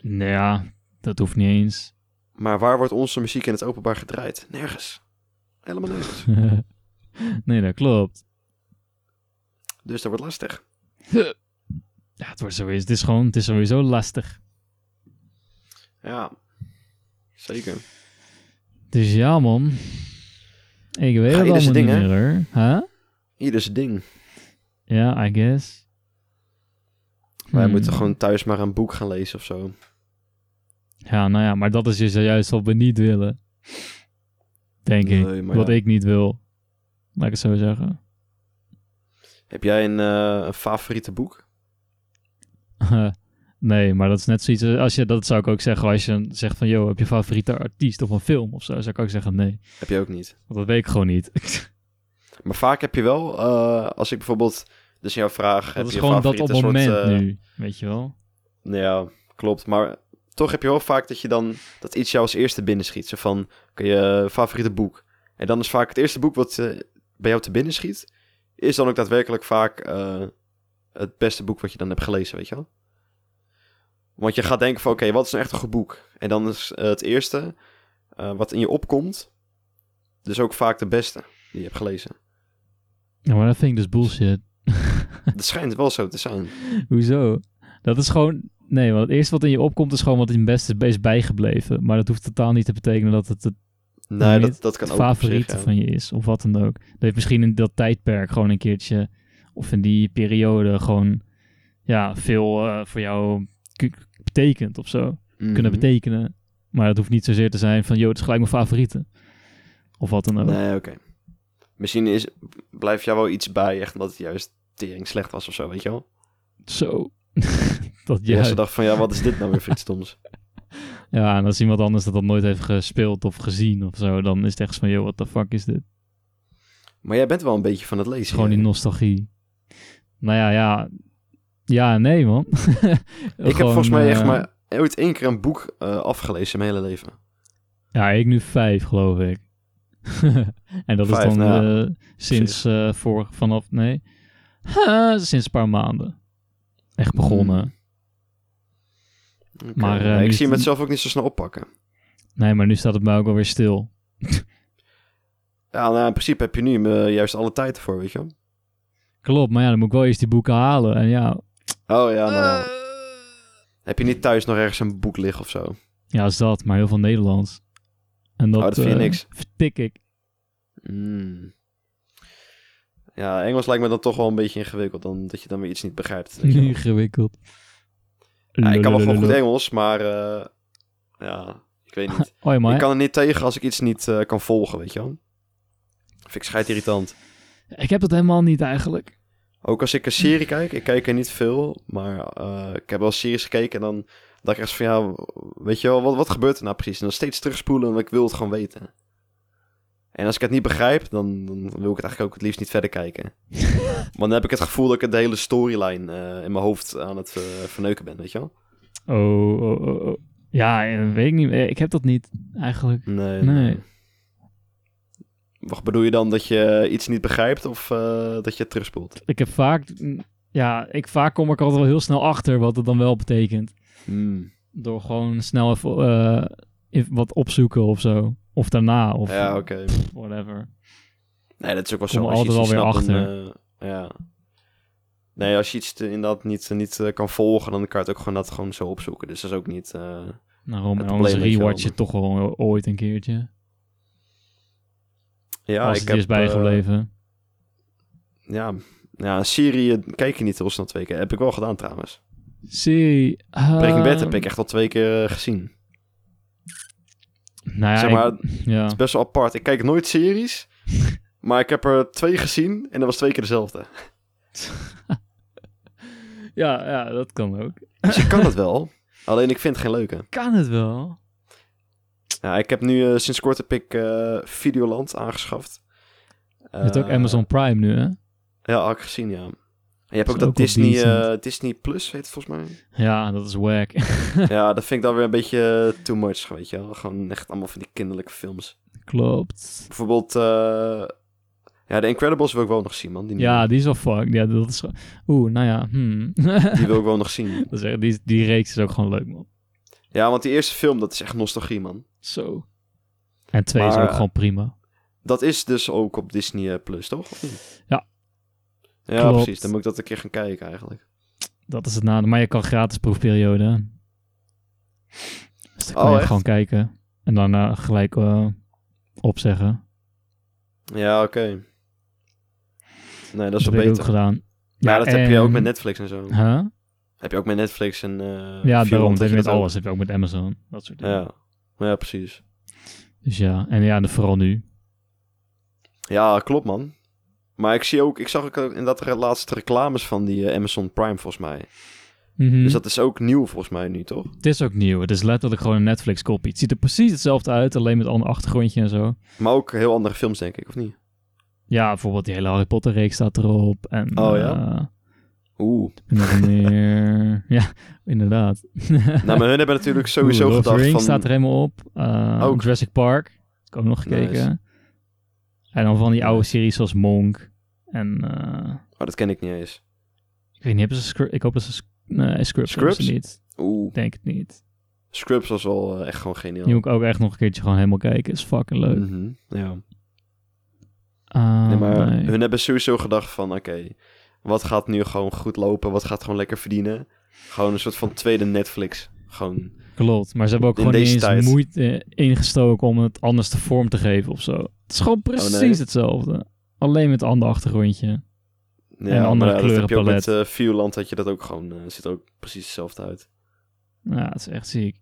Nou ja, dat hoeft niet eens.
Maar waar wordt onze muziek in het openbaar gedraaid? Nergens. Helemaal nergens.
nee, dat klopt.
Dus dat wordt lastig.
Ja, het, wordt sowieso, het, is gewoon, het is sowieso lastig.
Ja, zeker.
Dus ja, man. Ik weet
Ga
het
je dus
allemaal
ding,
niet
hè?
meer, hoor. Huh?
Ieder zijn ding.
Ja, I guess.
Wij
Hmm.
moeten gewoon thuis maar een boek gaan lezen of zo.
Ja, nou ja, maar dat is dus juist wat we niet willen. Denk
Nee,
ik.
maar
Wat
ja.
ik niet wil. Laat ik het zo zeggen.
Heb jij een, eh, een favoriete boek?
nee, maar dat is net zoiets. eh, Als je, dat zou ik ook zeggen als je zegt van... Yo, heb je favoriete artiest of een film of zo? Zou ik ook zeggen nee.
Heb je ook niet.
Want dat weet ik gewoon niet.
Maar vaak heb je wel, eh, als ik bijvoorbeeld, dus jouw vraag, heb
dat is
je
gewoon dat
favoriete
op het moment
soort, eh,
nu. Weet je wel?
Nou Ja, klopt. Maar toch heb je wel vaak dat je dan dat iets jou als eerste binnenschiet. Zo van oké, je favoriete boek. En dan is vaak het eerste boek wat eh, bij jou te binnen schiet, is dan ook daadwerkelijk vaak eh, het beste boek wat je dan hebt gelezen, weet je wel? Want je gaat denken van oké, wat is nou echt een goed boek? En dan is eh, het eerste eh, wat in je opkomt, dus ook vaak de beste die je hebt gelezen.
Ja, maar dat vind ik dus bullshit.
Dat schijnt wel zo te zijn.
Hoezo? Dat is gewoon... Nee, want het eerste wat in je opkomt is gewoon wat in het beste is bijgebleven. Maar dat hoeft totaal niet te betekenen dat het het
Nee,
niet
dat, dat kan ook op zich,
favoriete
ja.
van je is. Of wat dan ook. Dat heeft misschien in dat tijdperk gewoon een keertje... Of in die periode gewoon... Ja, veel eh, voor jou k- betekent of zo.
Mhm.
Kunnen betekenen. Maar dat hoeft niet zozeer te zijn van... Yo, het is gelijk mijn favoriete. Of wat dan ook.
Nee, oké. Misschien is, blijft jou wel iets bij, echt omdat het juist tering slecht was of zo, weet je wel?
Zo. dat
Ja.
juist.
Ze dacht van, ja, wat is dit nou weer voor iets doms?
Ja, en als iemand anders dat dan nooit heeft gespeeld of gezien of zo, dan is het echt zo van, joh, what the fuck is dit? Het
Maar jij bent wel een beetje van het lezen.
is gewoon die
hè?
nostalgie. Nou ja, ja. Ja, nee, man. eh,
Ik heb volgens mij echt maar ooit één keer een boek eh, afgelezen in mijn hele leven.
Ja, ik nu vijf, geloof ik. en dat
Vijf,
is dan
nou
eh, sinds eh voor, vanaf, nee, Ha, sinds een paar maanden. Echt begonnen.
Oké.
Maar, eh,
Ja,
nu
ik
is
zie hem
het-
het zelf ook niet zo snel oppakken.
Nee, maar nu staat het mij ook alweer stil.
Ja, nou, in principe heb je nu eh, juist alle tijd ervoor, weet je wel?
Klopt, maar ja, dan moet ik wel eerst die boeken halen. En ja,
Oh ja, nou
Eh.
ja. Heb je niet thuis nog ergens een boek liggen of zo?
ja, is dat, maar heel veel Nederlands. En dat,
Oh, dat vind je
eh,
niks.
Vertik ik.
Mm. Ja, Engels lijkt me dan toch wel een beetje ingewikkeld, dan, dat je dan weer iets niet begrijpt. weet je wel.
Ingewikkeld.
Ja, ik kan wel gewoon goed
Lulululul.
Engels, maar eh, ja, ik weet niet.
Hoi,
ik
maar.
kan er niet tegen als ik iets niet eh, kan volgen, weet je wel. Vind ik schijt irritant.
Ik heb dat helemaal niet eigenlijk.
Ook als ik een serie kijk, ik kijk er niet veel, maar eh, ik heb wel series gekeken en dan dacht ik echt van ja, weet je wel, wat, wat gebeurt er nou precies? En dan steeds terugspoelen, want ik wil het gewoon weten. En als ik het niet begrijp, dan, dan wil ik het eigenlijk ook het liefst niet verder kijken. Want dan heb ik het gevoel dat ik de hele storyline eh, in mijn hoofd aan het eh, verneuken ben, weet je wel?
Oh, oh, oh, oh. Ja, eh, weet ik niet. Eh, Ik heb dat niet eigenlijk.
Nee.
Nee.
Wat bedoel je dan dat je iets niet begrijpt of eh, dat je het terugspoelt?
Ik heb vaak. mm, Ja, ik vaak kom ik altijd wel heel snel achter wat het dan wel
Hmm.
betekent. Door gewoon snel even eh, in- wat opzoeken of zo. Of daarna, of
Ja, oké.
whatever.
Nee, dat is ook wel zo.
Komen
Als je
altijd
iets niet
wel weer
snapt, dan, eh, ja. Nee, als je iets te- inderdaad niet, niet eh, kan volgen, dan kan je het ook gewoon, dat gewoon zo opzoeken. Dus dat is ook niet... eh,
Daarom,
Het
en Nou, anders
probleem, weet je wel.
rewatch je toch wel ooit een keertje.
ja,
als
ik
het je
heb,
is
eh,
bijgebleven.
ja, ja, een serie eh, kijk je niet heel snel twee keer. Heb ik wel gedaan trouwens.
Zie. eh,
Breaking Bad heb ik echt al twee keer eh, gezien.
Nou ja,
zeg
ik-
maar,
ja.
Het is best wel apart. Ik kijk nooit series, maar ik heb er twee gezien en dat was twee keer dezelfde.
Ja, ja, dat kan ook.
Dus ik kan het wel, alleen ik vind het geen leuke.
Kan het
Eh,
wel?
Ja, ik heb nu eh, sinds kort heb ik eh, Videoland aangeschaft.
je hebt ook
Eh,
Amazon Prime nu, hè?
Ja, had ik gezien, ja. En je hebt
Is
ook dat
ook wel
Disney,
decent.
eh, Disney Plus, heet het volgens mij.
Ja, dat is wack.
ja, dat vind ik dan weer een beetje eh, too much, weet je wel. Gewoon echt allemaal van die kinderlijke films.
Klopt.
Bijvoorbeeld, eh, ja, The Incredibles wil ik wel nog zien, man. Die,
Ja, die is wel fuck. Ja, dat is... ge- Oeh, nou ja, hmm.
die wil ik wel nog zien.
dat is echt- die, die reeks is ook gewoon leuk, man.
Ja, want die eerste film, dat is echt nostalgie, man.
Zo. En twee is
Maar-
ook gewoon prima.
Dat is dus ook op Disney eh, Plus, toch? Of niet?
Ja.
Ja,
Klopt.
precies. Dan moet ik dat een keer gaan kijken eigenlijk.
Dat is het nadeel. Maar je kan gratis proefperiode. hè. Dus dan kan
Oh,
je
echt?
gewoon kijken. En dan eh, gelijk eh, opzeggen.
Ja, oké. Nee, dat is
dat heb
wel
ik
beter.
ook ehm, gedaan.
Maar dat heb je ook
en-
met Netflix en zo.
Huh?
Heb je ook met Netflix en... eh
Ja,
Videoland
daarom. Dat
je
heb je met
dat ook.
alles. Dat heb je ook met Amazon. Dat soort dingen.
Ja. ja, precies.
Dus ja, en ja, en vooral nu.
Ja, klopt man. Maar ik zie ook... Ik zag ook eh, inderdaad de laatste reclames van die eh, Amazon Prime volgens mij.
Mhm.
Dus dat is ook nieuw volgens mij nu, toch?
Het is ook nieuw. Het is letterlijk gewoon een Netflix-kopie. Het ziet er precies hetzelfde uit, alleen met een ander achtergrondje en zo.
Maar ook heel andere films, denk ik, of niet?
Ja, bijvoorbeeld die hele Harry Potter-reeks staat erop. En,
Oh, ja?
eh,
Oeh.
en nog meer. ja, inderdaad.
nou, maar hun hebben natuurlijk sowieso
Oeh, Lord of the
gedacht
Rings
van...
staat er helemaal op. Eh,
Ook.
Jurassic Park. heb Ik heb ook nog gekeken. En dan van die oude series zoals Monk. En eh,
Oh, dat ken ik niet eens.
ik weet niet, hebben ze script? Ik hoop dat ze sc- nee, scripts hebben ze
Scripts?
niet.
Oeh.
Ik denk het niet.
Scrubs was wel eh, echt gewoon geniaal.
Die moet ik ook echt nog een keertje gewoon helemaal kijken. Is fucking leuk.
Mhm, ja.
Ah,
nee, maar eh,
nee.
hun hebben sowieso gedacht van, oké, wat gaat nu gewoon goed lopen? Wat gaat gewoon lekker verdienen? Gewoon een soort van tweede Netflix. Gewoon,
Klopt, maar ze hebben ook
In
gewoon niet
deze
eens
tijd.
moeite ingestoken om het anders de vorm te geven of zo. Het is gewoon precies
Oh, nee.
hetzelfde. Alleen met een ander achtergrondje.
ja,
een andere
maar ja, dat heb je ook met
kleurenpalet.
eh Vuurland, had je dat ook gewoon, eh, ziet er ook precies hetzelfde uit.
Ja, het is echt ziek.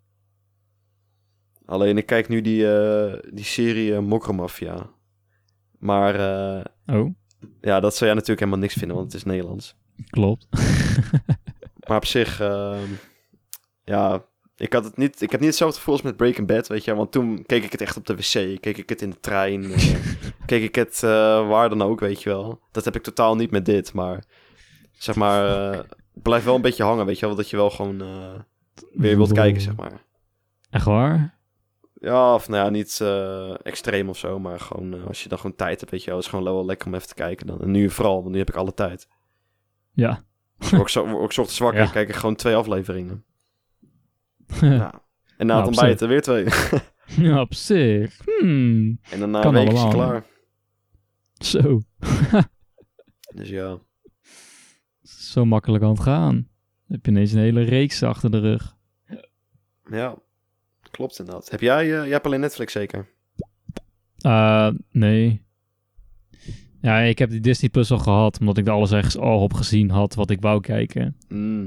Alleen ik kijk nu die, eh, die serie eh, Mokromafia. Maar eh,
Oh,
ja, dat zou jij natuurlijk helemaal niks vinden, want het is Nederlands.
klopt.
Maar op zich, ehm, ja, ik, had het niet, ik heb niet hetzelfde gevoel als met Breaking Bad, weet je. Want toen keek ik het echt op de wc, keek ik het in de trein, eh, keek ik het eh, waar dan ook, weet je wel. Dat heb ik totaal niet met dit, maar zeg maar, eh, het blijft wel een beetje hangen, weet je wel. Dat je wel gewoon eh, weer wilt kijken, zeg maar.
Echt waar?
Ja, of nou ja, niet eh, extreem of zo, maar gewoon eh, als je dan gewoon tijd hebt, weet je wel. is gewoon wel lekker om even te kijken dan. En nu vooral, want nu heb ik alle tijd.
Ja.
Ik word ook zo- word ook 's ochtends wakker,
Ja.
kijk ik gewoon twee afleveringen.
ja.
Ja. En na het
Nou, op
ontbijt er weer twee.
op zich. Hmm.
En daarna
Kan
een week is je
allemaal,
klaar.
Zo.
Dus ja.
Zo makkelijk aan het gaan. Dan heb je ineens een hele reeks achter de rug.
Ja, klopt inderdaad. Heb jij, eh, jij hebt alleen Netflix zeker?
Eh, nee. Ja, ik heb die Disney Plus al gehad, omdat ik er alles ergens al op gezien had wat ik wou kijken.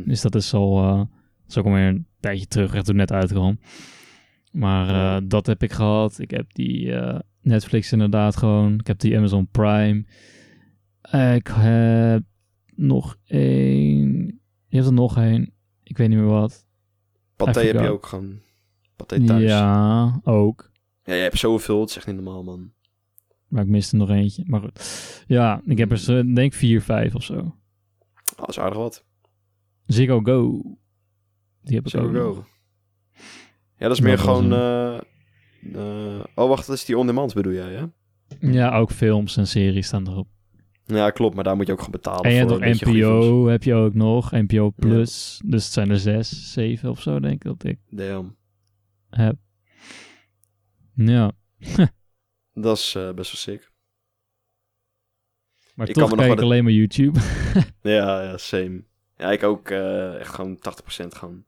Dus dat is al. eh dat is ook alweer een tijdje terug, echt toen het net uitkwam. Maar eh, dat heb ik gehad. Ik heb die eh, Netflix inderdaad gewoon. Ik heb die Amazon Prime. ik heb nog één. Je hebt er nog één. Ik weet niet meer wat. Even
Pathé heb je
kijken.
ook gewoon. Pathé thuis. Ja.
Ja, ook.
ja, je hebt zoveel. Het is echt niet normaal, man.
Maar ik miste nog eentje. Maar goed. Ja, ik heb er zo, denk ik vier, vijf of zo.
Ah, dat is aardig wat.
Ziggo Go. Die heb ik
Zo
ook. nog.
go. Ja, dat is
Dat
meer
was
gewoon... eh, eh, oh, wacht. Dat is die on-demand bedoel jij, hè?
Ja, ook films en series staan erop.
Ja, klopt. Maar daar moet je ook gewoon betalen
En je hebt
voor.
nog
een beetje goede films.
NPO, heb je ook nog. NPO Plus. Dus het zijn er zes, zeven of zo, denk ik dat ik
Damn.
heb. Ja.
Dat is eh, best wel sick.
Maar
Ik kan
toch
me nog
kijk ik
wel-
alleen maar YouTube.
Ja, ja, same. Ja, ik ook eh, echt gewoon 80% gewoon.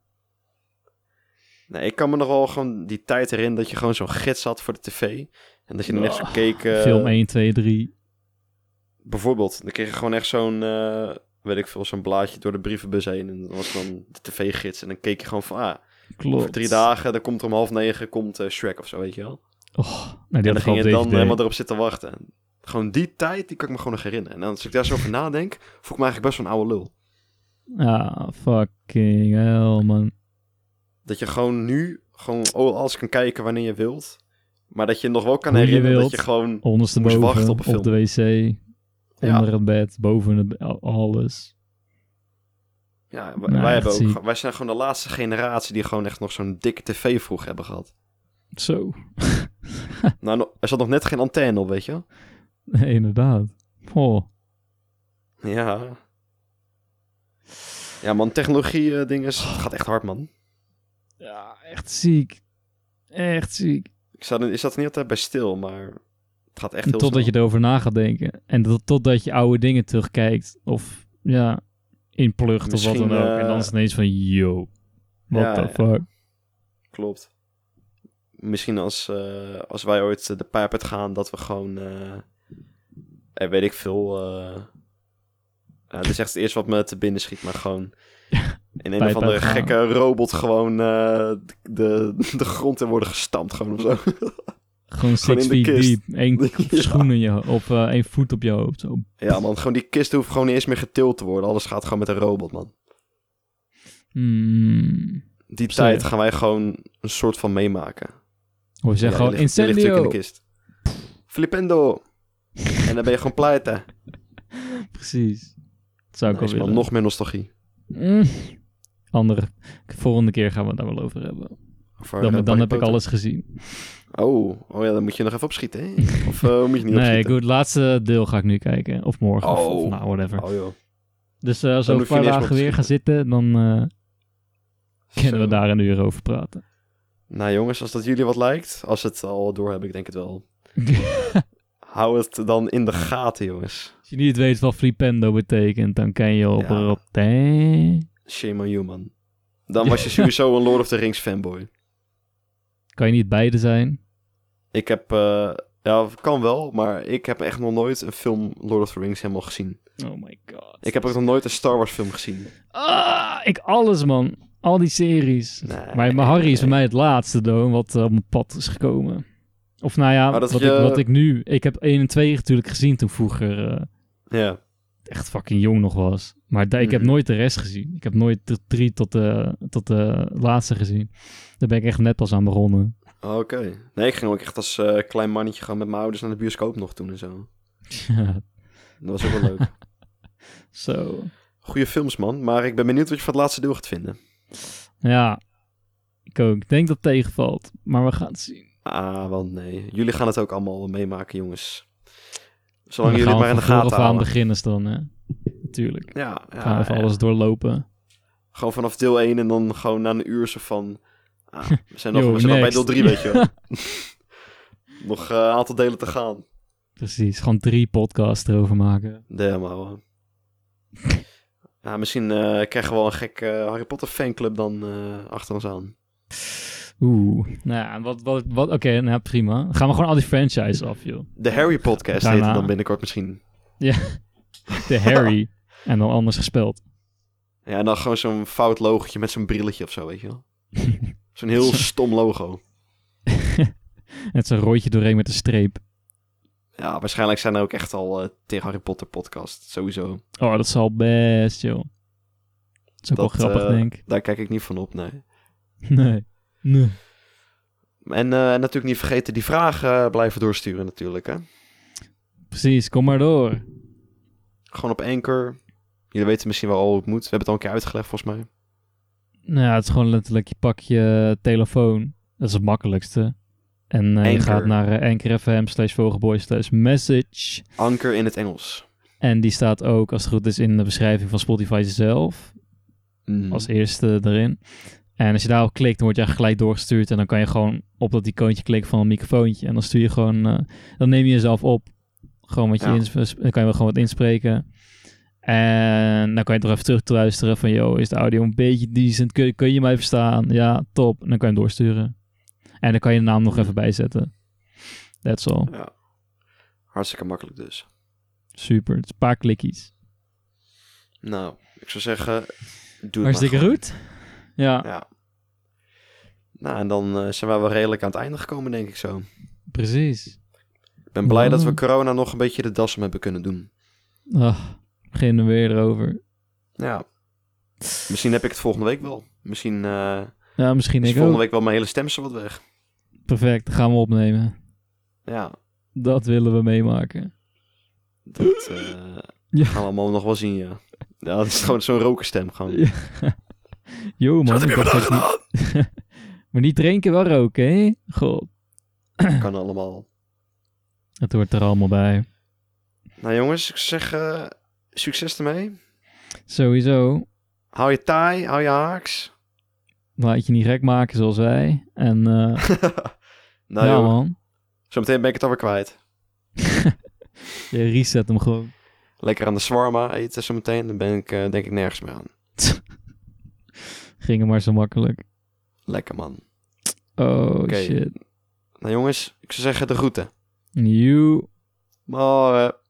Nee, ik kan me nog wel gewoon die tijd herinneren dat je gewoon zo'n gids had voor de tv. En dat je dan echt zo
Oh,
keek... eh,
Film 1, 2, 3.
Bijvoorbeeld, dan kreeg je gewoon echt zo'n, eh, weet ik veel, zo'n blaadje door de brievenbus heen. En dat was dan de tv-gids. En dan keek je gewoon van, ah,
Klopt.
over drie dagen, dan komt er om half negen, komt eh, Shrek of zo, weet je wel.
Oh, nou, die
en
had
dan
ik al
ging
op
je dan eh,
DVD.
helemaal erop zitten wachten. En Gewoon die tijd, die kan ik me gewoon nog herinneren. En als ik daar zo over nadenk, voel ik me eigenlijk best wel een oude lul.
Ah, fucking hell, man.
Dat je gewoon nu, gewoon al- alles kan kijken wanneer je wilt. Maar dat je nog wel kan
Hoe je
herinneren dat
wilt.
je gewoon...
Ondersteboven,
Moest wachten
op,
op een
de wc,
Ja.
onder het bed, boven het be- al- alles.
Ja, w-
Nou,
wij,
echt
hebben ook,
ziek.
gewoon- wij zijn gewoon de laatste generatie die gewoon echt nog zo'n dikke tv vroeg hebben gehad.
Zo,
Nou, no- er zat nog net geen antenne op, weet je wel.
inderdaad. Oh,
Ja. Ja, man, technologie eh, ding is,
Oh.
het gaat echt hard, man.
ja, echt ziek. Echt ziek.
Ik zat, er- ik zat er niet altijd bij stil, maar het gaat echt heel
Totdat je
snel.
erover na gaat denken. En dat, totdat je oude dingen terugkijkt. Of ja, inplucht of wat
Misschien,
dan ook. En dan
eh,
is het ineens van, yo, what
Ja,
the
ja.
fuck.
Klopt. Misschien als, eh, als wij ooit eh, de pijp uit gaan, dat we gewoon... eh eh, weet ik veel... eh eh, dat is echt het eerste wat me te binnen schiet, maar gewoon... In een
Pijp
of andere
uitgaan.
gekke robot gewoon eh, de, de grond in worden gestampt, gewoon of zo.
Gewoon
Gewoon
six
in de
feet
kist.
diep. Eén
Ja.
schoen in je ho- Of eh, één voet op je hoofd. Zo.
Ja, man, gewoon die kist hoeft gewoon niet eens meer getild te worden. Alles gaat gewoon met een robot, man.
Mm.
Die
Zo, ja.
tijd gaan wij gewoon een soort van meemaken.
Of je zegt
Ja,
gewoon
je ligt- je ligt natuurlijk
incendio.
in de kist. Flipendo. en dan ben je gewoon pleiten.
Precies. Dat zou ik
Nice,
wel
man,
willen.
nog meer nostalgie.
Mm. Andere. Volgende keer gaan we het daar wel over hebben.
Voor,
Dan,
eh,
dan heb
Harry
ik
Potter.
alles gezien.
Oh, oh ja, dan moet je nog even opschieten, hè? Of eh, moet je niet
Nee, ik
opschieten?
doe het laatste deel ga ik nu kijken. Of morgen. Of, of
Oh.
nou, whatever.
Oh joh.
Dus eh, als we over een
Dan hoef je
paar
niet eens
dagen
meer
weer
op te
gaan zitten, dan eh, kunnen we
Zo.
daar een uur over praten.
Nou jongens, als dat jullie wat lijkt, als het al door heb, ik denk het wel. Hou het dan in de gaten, jongens.
Als je niet weet wat flipendo betekent, dan kan je op
Ja.
erop. Dang.
Shame on you, man. Dan was je sowieso een Lord of the Rings fanboy.
Kan je niet beide zijn?
Ik heb... eh, ja, kan wel, maar ik heb echt nog nooit een film Lord of the Rings helemaal gezien.
Oh my god.
Ik heb ook nog nooit een Star Wars film gezien.
Ah, ik alles, man. Al die series.
Nee.
Maar, maar Harry is bij mij het laatste, Doon, wat eh, op mijn pad is gekomen. Of nou ja,
Maar dat
wat,
is je-
ik, wat ik nu... Ik heb 1 en 2 natuurlijk gezien toen vroeger eh,
Ja,
echt fucking jong nog was. Maar da- ik heb
Mhm.
nooit de rest gezien. Ik heb nooit de 3 tot de, tot de laatste gezien. Daar ben ik echt net pas aan begonnen.
oké. Nee, ik ging ook echt als eh, klein mannetje gewoon met mijn ouders naar de bioscoop nog toen en zo. Dat was ook wel leuk.
Zo.
Goeie films, man. Maar ik ben benieuwd wat je van het laatste deel gaat vinden.
Ja, ik ook. Ik denk dat het tegenvalt. Maar we gaan het zien.
Ah, want nee. Jullie gaan het ook allemaal meemaken, jongens.
We
Zolang jullie
gaan
het maar in de
van vooraf
gaten
aan
houden.
beginnen dan, hè. Natuurlijk.
Ja, ja,
Gaan we even
ja.
alles doorlopen.
Gewoon vanaf deel 1 en dan gewoon na een uur zo van... Ah, we zijn nog,
Yo,
we zijn nog bij
next.
deel 3, weet je wel. nog eh, een aantal delen te gaan.
Precies, gewoon drie podcasts erover maken.
Damn, ouwe. Ja, misschien eh, krijgen we wel een gek eh, Harry Potter fanclub dan eh, achter ons aan.
Oeh. Nou ja, wat, wat, wat oké, nou prima. Dan gaan we gewoon al die franchises af, joh.
De Harry podcast heet
Daarna.
het dan binnenkort misschien.
De Harry. en dan anders gespeld.
Ja, en dan gewoon zo'n fout logotje met zo'n brilletje of zo, weet je wel. Zo'n heel stom logo.
Het is een rondje doorheen met een streep.
Ja, waarschijnlijk zijn er ook echt al eh, tegen Harry Potter podcast, sowieso.
Oh, dat zal best, joh. Dat is ook
Dat,
wel grappig,
eh,
denk ik.
Daar kijk ik niet van op, nee.
Nee. Nee.
En eh, natuurlijk niet vergeten die vragen eh, blijven doorsturen natuurlijk, hè.
Precies, kom maar door.
Gewoon op Anchor. Jullie weten misschien wel al hoe het moet. We hebben het al een keer uitgelegd, volgens mij.
Nou ja, het is gewoon letterlijk, je pak je telefoon. Dat is het makkelijkste. En eh, je
Anchor.
gaat naar eh, Anchor FM slash vogelboy slash message.
Anchor in het Engels.
En die staat ook, als het goed is, in de beschrijving van Spotify zelf.
Mm.
als eerste erin. En als je daarop klikt, dan word je eigenlijk gelijk doorgestuurd. En dan kan je gewoon op dat icoontje klikken van een microfoontje. En dan stuur je gewoon, eh, dan neem je jezelf op. Gewoon wat je
Ja.
ins- eh, dan kan je wel gewoon wat inspreken. En dan kan je toch even terug luisteren van, yo, is de audio een beetje decent? Kun, kun je mij verstaan? Ja, top. En dan kan je hem doorsturen. En dan kan je de naam nog even bijzetten. That's all.
Ja. Hartstikke makkelijk dus.
Super. Het is een paar klikkies.
Nou, ik zou zeggen, doe het maar
Hartstikke
gewoon.
goed. Ja,
Ja. Nou, en dan eh, zijn we wel redelijk aan het einde gekomen, denk ik zo.
precies.
Ik ben blij
Ja.
dat we corona nog een beetje de das om hebben kunnen doen.
Ah, beginnen we weer erover.
Ja. Misschien heb ik het volgende week wel. Misschien eh,
Ja, misschien
is
ik
volgende
ook.
week wel mijn hele stem zo wat weg.
Perfect, gaan we opnemen.
Ja,
Dat willen we meemaken.
dat eh,
Ja.
gaan we allemaal nog wel zien, ja. Ja, dat is gewoon zo'n rokerstem gewoon.
Ja, Yo man, ik dacht dat niet- maar niet drinken, wel roken, hè? God,
Kan allemaal.
het hoort er allemaal bij.
Nou jongens, ik zeg eh, succes ermee.
Sowieso,
Hou je taai, hou je haaks.
laat je niet gek maken zoals wij. En eh ja
nou joh,
man,
zometeen ben ik het alweer kwijt.
je reset hem gewoon.
Lekker aan de swarma eten zometeen, dan ben ik eh, denk ik nergens meer aan.
Ging hem maar zo makkelijk.
Lekker man.
Oh
Oké.
shit.
Nou jongens, ik zou zeggen de groeten.
You.
Maar... eh,